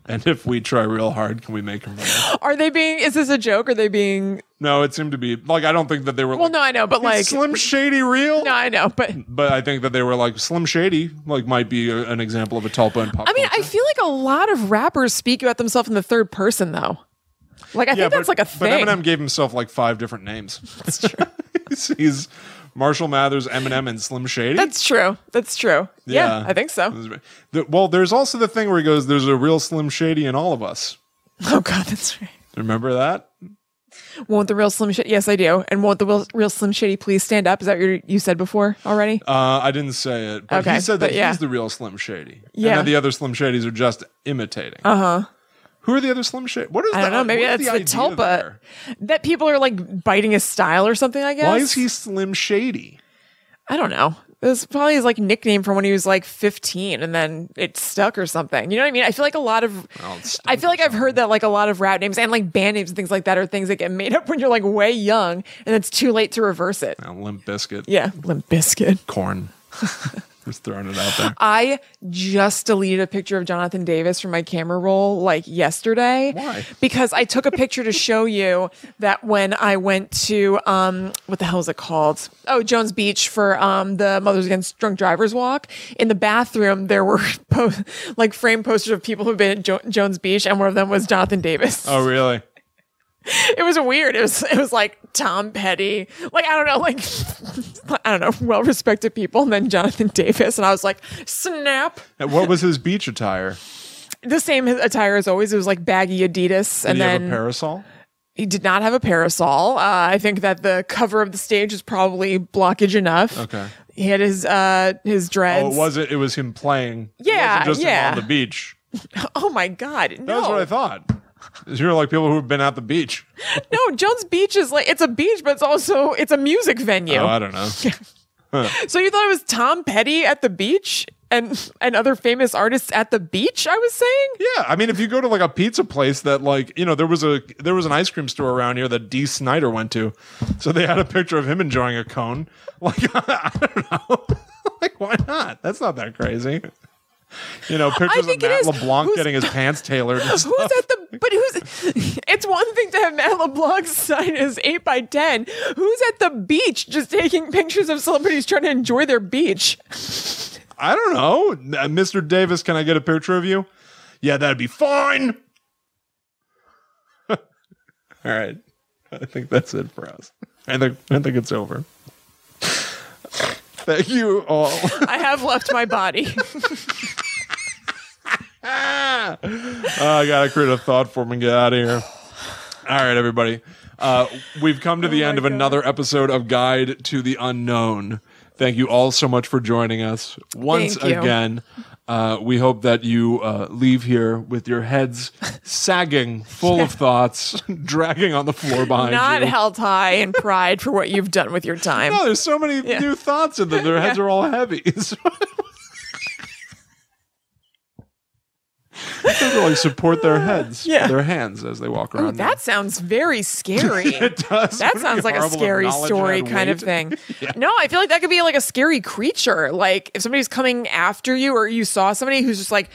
[SPEAKER 2] And if we try real hard, can we make him real?
[SPEAKER 1] Are they being? Is this a joke? Are they being?
[SPEAKER 2] No, it seemed to be like I don't think that they were.
[SPEAKER 1] Well,
[SPEAKER 2] like,
[SPEAKER 1] no, I know, but like,
[SPEAKER 2] "Is Slim Shady real.
[SPEAKER 1] no, I know, but
[SPEAKER 2] But I think that they were like Slim Shady, like might be a, an example of a Tulpa in pop.
[SPEAKER 1] I mean,
[SPEAKER 2] culture.
[SPEAKER 1] I feel like a lot of rappers speak about themselves in the third person, though. Like, I think that's like a thing.
[SPEAKER 2] But Eminem gave himself like five different names. That's true. he's, he's Marshall Mathers, Eminem, and Slim Shady.
[SPEAKER 1] that's true. That's true. Yeah, I think so.
[SPEAKER 2] The- well, there's also the thing where he goes, "There's a real Slim Shady in all of us."
[SPEAKER 1] Oh God, that's right.
[SPEAKER 2] Remember that?
[SPEAKER 1] Won't the real Slim Shady? Yes, I do. And won't the real, real Slim Shady please stand up? Is that what you- you said before already?
[SPEAKER 2] Uh, I didn't say it, but he
[SPEAKER 1] Okay,
[SPEAKER 2] said that
[SPEAKER 1] but yeah.
[SPEAKER 2] he's the real Slim Shady.
[SPEAKER 1] Yeah. Uh-huh.
[SPEAKER 2] and that the other Slim Shadys are just imitating. Uh huh. Who are the other Slim Shady? What is
[SPEAKER 1] I don't know. Maybe
[SPEAKER 2] what
[SPEAKER 1] that's
[SPEAKER 2] is
[SPEAKER 1] the,
[SPEAKER 2] idea
[SPEAKER 1] tulpa
[SPEAKER 2] there?
[SPEAKER 1] that people are like biting his style or something. I guess.
[SPEAKER 2] Why is he Slim Shady?
[SPEAKER 1] I don't know. It was probably his like nickname from when he was like 15 and then it stuck or something. You know what I mean? I feel like a lot of
[SPEAKER 2] it stuck
[SPEAKER 1] I feel like I've heard that like a lot of rap names and like band names and things like that are things that get made up when you're like way young and it's too late to reverse it.
[SPEAKER 2] Now, Limp Biscuit,
[SPEAKER 1] Yeah, Limp Biscuit.
[SPEAKER 2] corn. just throwing it out there.
[SPEAKER 1] I just deleted a picture of Jonathan Davis from my camera roll like yesterday.
[SPEAKER 2] Why?
[SPEAKER 1] Because I took a picture to show you that when I went to um what the hell is it called? Oh, Jones Beach for um the Mothers Against Drunk Drivers walk. In the bathroom there were po- like frame posters of people who've been at jo- Jones Beach and one of them was Jonathan Davis.
[SPEAKER 2] Oh, really?
[SPEAKER 1] It was weird. It was it was like Tom Petty, like I don't know, like I don't know, well respected people, and then Jonathan Davis, and I was like, snap.
[SPEAKER 2] And What was his beach attire?
[SPEAKER 1] The same attire as always. It was like baggy Adidas, and
[SPEAKER 2] Did he
[SPEAKER 1] then
[SPEAKER 2] have a parasol?
[SPEAKER 1] he did not have a parasol. Uh, I think that the cover of the stage was probably blockage enough.
[SPEAKER 2] Okay.
[SPEAKER 1] He had his uh his dreads.
[SPEAKER 2] Oh, it was it? It was him playing. It
[SPEAKER 1] Yeah,
[SPEAKER 2] wasn't just him
[SPEAKER 1] yeah.
[SPEAKER 2] on the beach.
[SPEAKER 1] Oh my god!
[SPEAKER 2] That's
[SPEAKER 1] No,
[SPEAKER 2] what I thought. Is You're like people who've been at the beach.
[SPEAKER 1] no. Jones Beach is like it's a beach, but it's also it's a music venue.
[SPEAKER 2] Oh, I don't know.
[SPEAKER 1] So you thought it was Tom Petty at the beach and and other famous artists at the beach? I was saying.
[SPEAKER 2] Yeah, I mean, if you go to like a pizza place that like you know there was a there was an ice cream store around here that D. Snyder went to, so they had a picture of him enjoying a cone. Like I don't know, like why not? That's not that crazy. You know, pictures of
[SPEAKER 1] think it
[SPEAKER 2] Matt
[SPEAKER 1] is.
[SPEAKER 2] LeBlanc
[SPEAKER 1] Who's-
[SPEAKER 2] getting his pants tailored. and stuff.
[SPEAKER 1] Who's at the but who's it's one thing to have Matt LeBlanc's sign is eight by ten. Who's at the beach just taking pictures of celebrities trying to enjoy their beach?
[SPEAKER 2] I don't know. Uh, Mr. Davis, can I get a picture of you? Yeah, that'd be fine. All right. I think that's it for us. I think I think it's over. Thank you all.
[SPEAKER 1] I have left my body.
[SPEAKER 2] Ah! Oh, I gotta create a thought form and get out of here. All right, everybody. Uh, we've come to the
[SPEAKER 1] Oh my
[SPEAKER 2] end of
[SPEAKER 1] God.
[SPEAKER 2] another episode of Guide to the Unknown. Thank you all so much for joining us once
[SPEAKER 1] Thank you.
[SPEAKER 2] again. Uh, we hope that you uh, leave here with your heads sagging, full of thoughts, dragging on the floor behind
[SPEAKER 1] Not
[SPEAKER 2] you.
[SPEAKER 1] held high in pride for what you've done with your time.
[SPEAKER 2] No, Oh, there's so many new thoughts in them. Their heads are all heavy. So- They really support their heads,
[SPEAKER 1] Yeah.
[SPEAKER 2] their hands as they walk around.
[SPEAKER 1] That sounds very scary.
[SPEAKER 2] does.
[SPEAKER 1] That
[SPEAKER 2] Pretty
[SPEAKER 1] sounds like a
[SPEAKER 2] horrible
[SPEAKER 1] scary
[SPEAKER 2] knowledge
[SPEAKER 1] story
[SPEAKER 2] and
[SPEAKER 1] kind of
[SPEAKER 2] weight.
[SPEAKER 1] thing. No, I feel like that could be like a scary creature. Like if somebody's coming after you or you saw somebody who's just like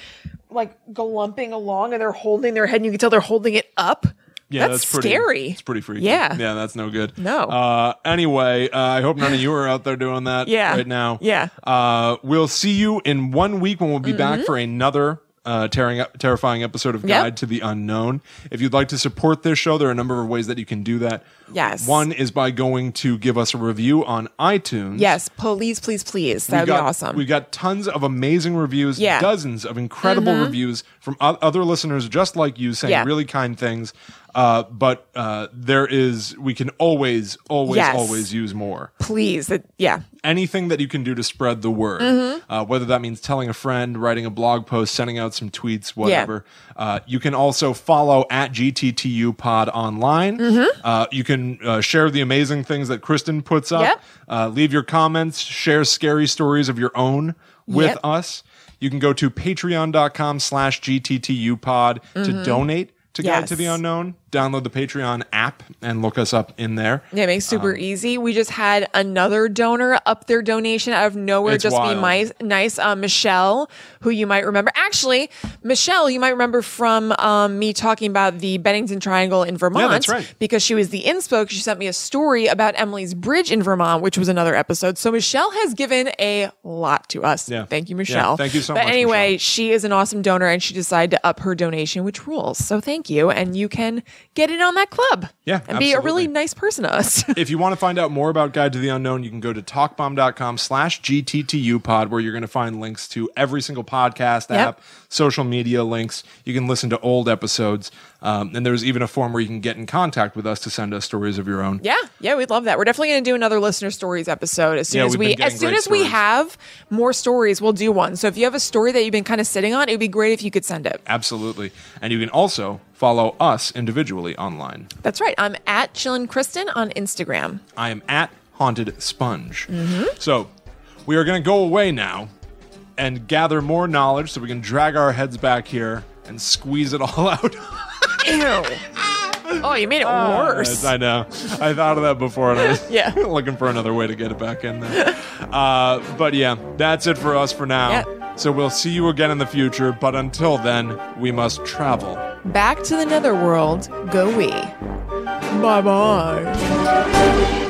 [SPEAKER 1] like glumping along and they're holding their head and you can tell they're holding it up.
[SPEAKER 2] Yeah,
[SPEAKER 1] that's,
[SPEAKER 2] pretty,
[SPEAKER 1] scary.
[SPEAKER 2] It's pretty freaky.
[SPEAKER 1] Yeah.
[SPEAKER 2] yeah, that's no good.
[SPEAKER 1] No.
[SPEAKER 2] Uh, anyway, uh, I hope none of you are out there doing that.
[SPEAKER 1] Yeah.
[SPEAKER 2] right now.
[SPEAKER 1] Yeah. Mm-hmm.
[SPEAKER 2] Uh, we'll see you in one week when we'll be back for another. Uh, tearing up, terrifying episode of
[SPEAKER 1] Yep.
[SPEAKER 2] Guide to the Unknown. If you'd like to support this show, there are a number of ways that you can do that.
[SPEAKER 1] Yes.
[SPEAKER 2] One is by going to give us a review on iTunes.
[SPEAKER 1] Yes, please, please, please. That would be
[SPEAKER 2] We've got-
[SPEAKER 1] awesome.
[SPEAKER 2] We've got tons of amazing reviews,
[SPEAKER 1] Yeah. Mm-hmm.
[SPEAKER 2] dozens of incredible reviews from o- other listeners just like you saying
[SPEAKER 1] Yeah.
[SPEAKER 2] really kind things. Uh, but uh, there is, we can always, always,
[SPEAKER 1] Yes.
[SPEAKER 2] always use more.
[SPEAKER 1] please. That- yeah.
[SPEAKER 2] Anything that you can do to spread the word,
[SPEAKER 1] Mm-hmm.
[SPEAKER 2] uh, whether that means telling a friend, writing a blog post, sending out some tweets, whatever. Uh, you can also follow at GTTU Pod online.
[SPEAKER 1] Mm-hmm.
[SPEAKER 2] Uh, you can uh, share the amazing things that Kristen puts up.
[SPEAKER 1] Yep.
[SPEAKER 2] Uh, leave your comments, share scary stories of your own with
[SPEAKER 1] Yep.
[SPEAKER 2] us. You can go to patreon.com slash GTTU pod to donate to Guide to
[SPEAKER 1] Mm-hmm.
[SPEAKER 2] the
[SPEAKER 1] Yes.
[SPEAKER 2] Unknown. Download the Patreon app and look us up in there.
[SPEAKER 1] Yeah, it makes it
[SPEAKER 2] Um,
[SPEAKER 1] super easy. We just had another donor up their donation out of nowhere.
[SPEAKER 2] It's
[SPEAKER 1] Just
[SPEAKER 2] wild.
[SPEAKER 1] be my, nice, uh, Michelle, who you might remember. Actually, Michelle, you might remember from um, me talking about the Bennington Triangle in Vermont.
[SPEAKER 2] that's right.
[SPEAKER 1] Because she was the inspo. She sent me a story about Emily's Bridge in Vermont, which was another episode. So Michelle has given a lot to us.
[SPEAKER 2] Yeah.
[SPEAKER 1] Thank you,
[SPEAKER 2] Yeah.
[SPEAKER 1] Michelle.
[SPEAKER 2] Thank you so
[SPEAKER 1] but
[SPEAKER 2] much,
[SPEAKER 1] Anyway,
[SPEAKER 2] Michelle.
[SPEAKER 1] she is an awesome donor, and she decided to up her donation, which rules. So thank you, and you can get in on that club.
[SPEAKER 2] Yeah,
[SPEAKER 1] and be a
[SPEAKER 2] absolutely.
[SPEAKER 1] really nice person to us.
[SPEAKER 2] if you want to find out more about Guide to the Unknown, you can go to talkbomb.com slash GTTU pod, where you're going to find links to every single podcast app, social media links. You can listen to old episodes. Um, and there's even a form where you can get in contact with us to send us stories of your own.
[SPEAKER 1] yeah, yeah, we'd love that. We're definitely going to do another listener stories episode as soon
[SPEAKER 2] Yeah,
[SPEAKER 1] as
[SPEAKER 2] we've been
[SPEAKER 1] we
[SPEAKER 2] getting
[SPEAKER 1] as soon
[SPEAKER 2] great
[SPEAKER 1] as we
[SPEAKER 2] stories.
[SPEAKER 1] have more stories, we'll do one. So if you have a story that you've been kind of sitting on, it would be great if you could send it.
[SPEAKER 2] Absolutely. And you can also follow us individually online.
[SPEAKER 1] That's right. I'm at Chillin Kristen on Instagram.
[SPEAKER 2] I am at Haunted Sponge. So we are going to go away now and gather more knowledge so we can drag our heads back here and squeeze it all out.
[SPEAKER 1] Ew. oh, you made it worse.
[SPEAKER 2] Yes, Ah. I know. I thought of that before, and I was
[SPEAKER 1] Yeah.
[SPEAKER 2] looking for another way to get it back in there. Uh, but yeah, that's it for us for now.
[SPEAKER 1] Yep.
[SPEAKER 2] So we'll see you again in the future. But until then, we must travel.
[SPEAKER 1] Back to the netherworld, go we. Bye bye.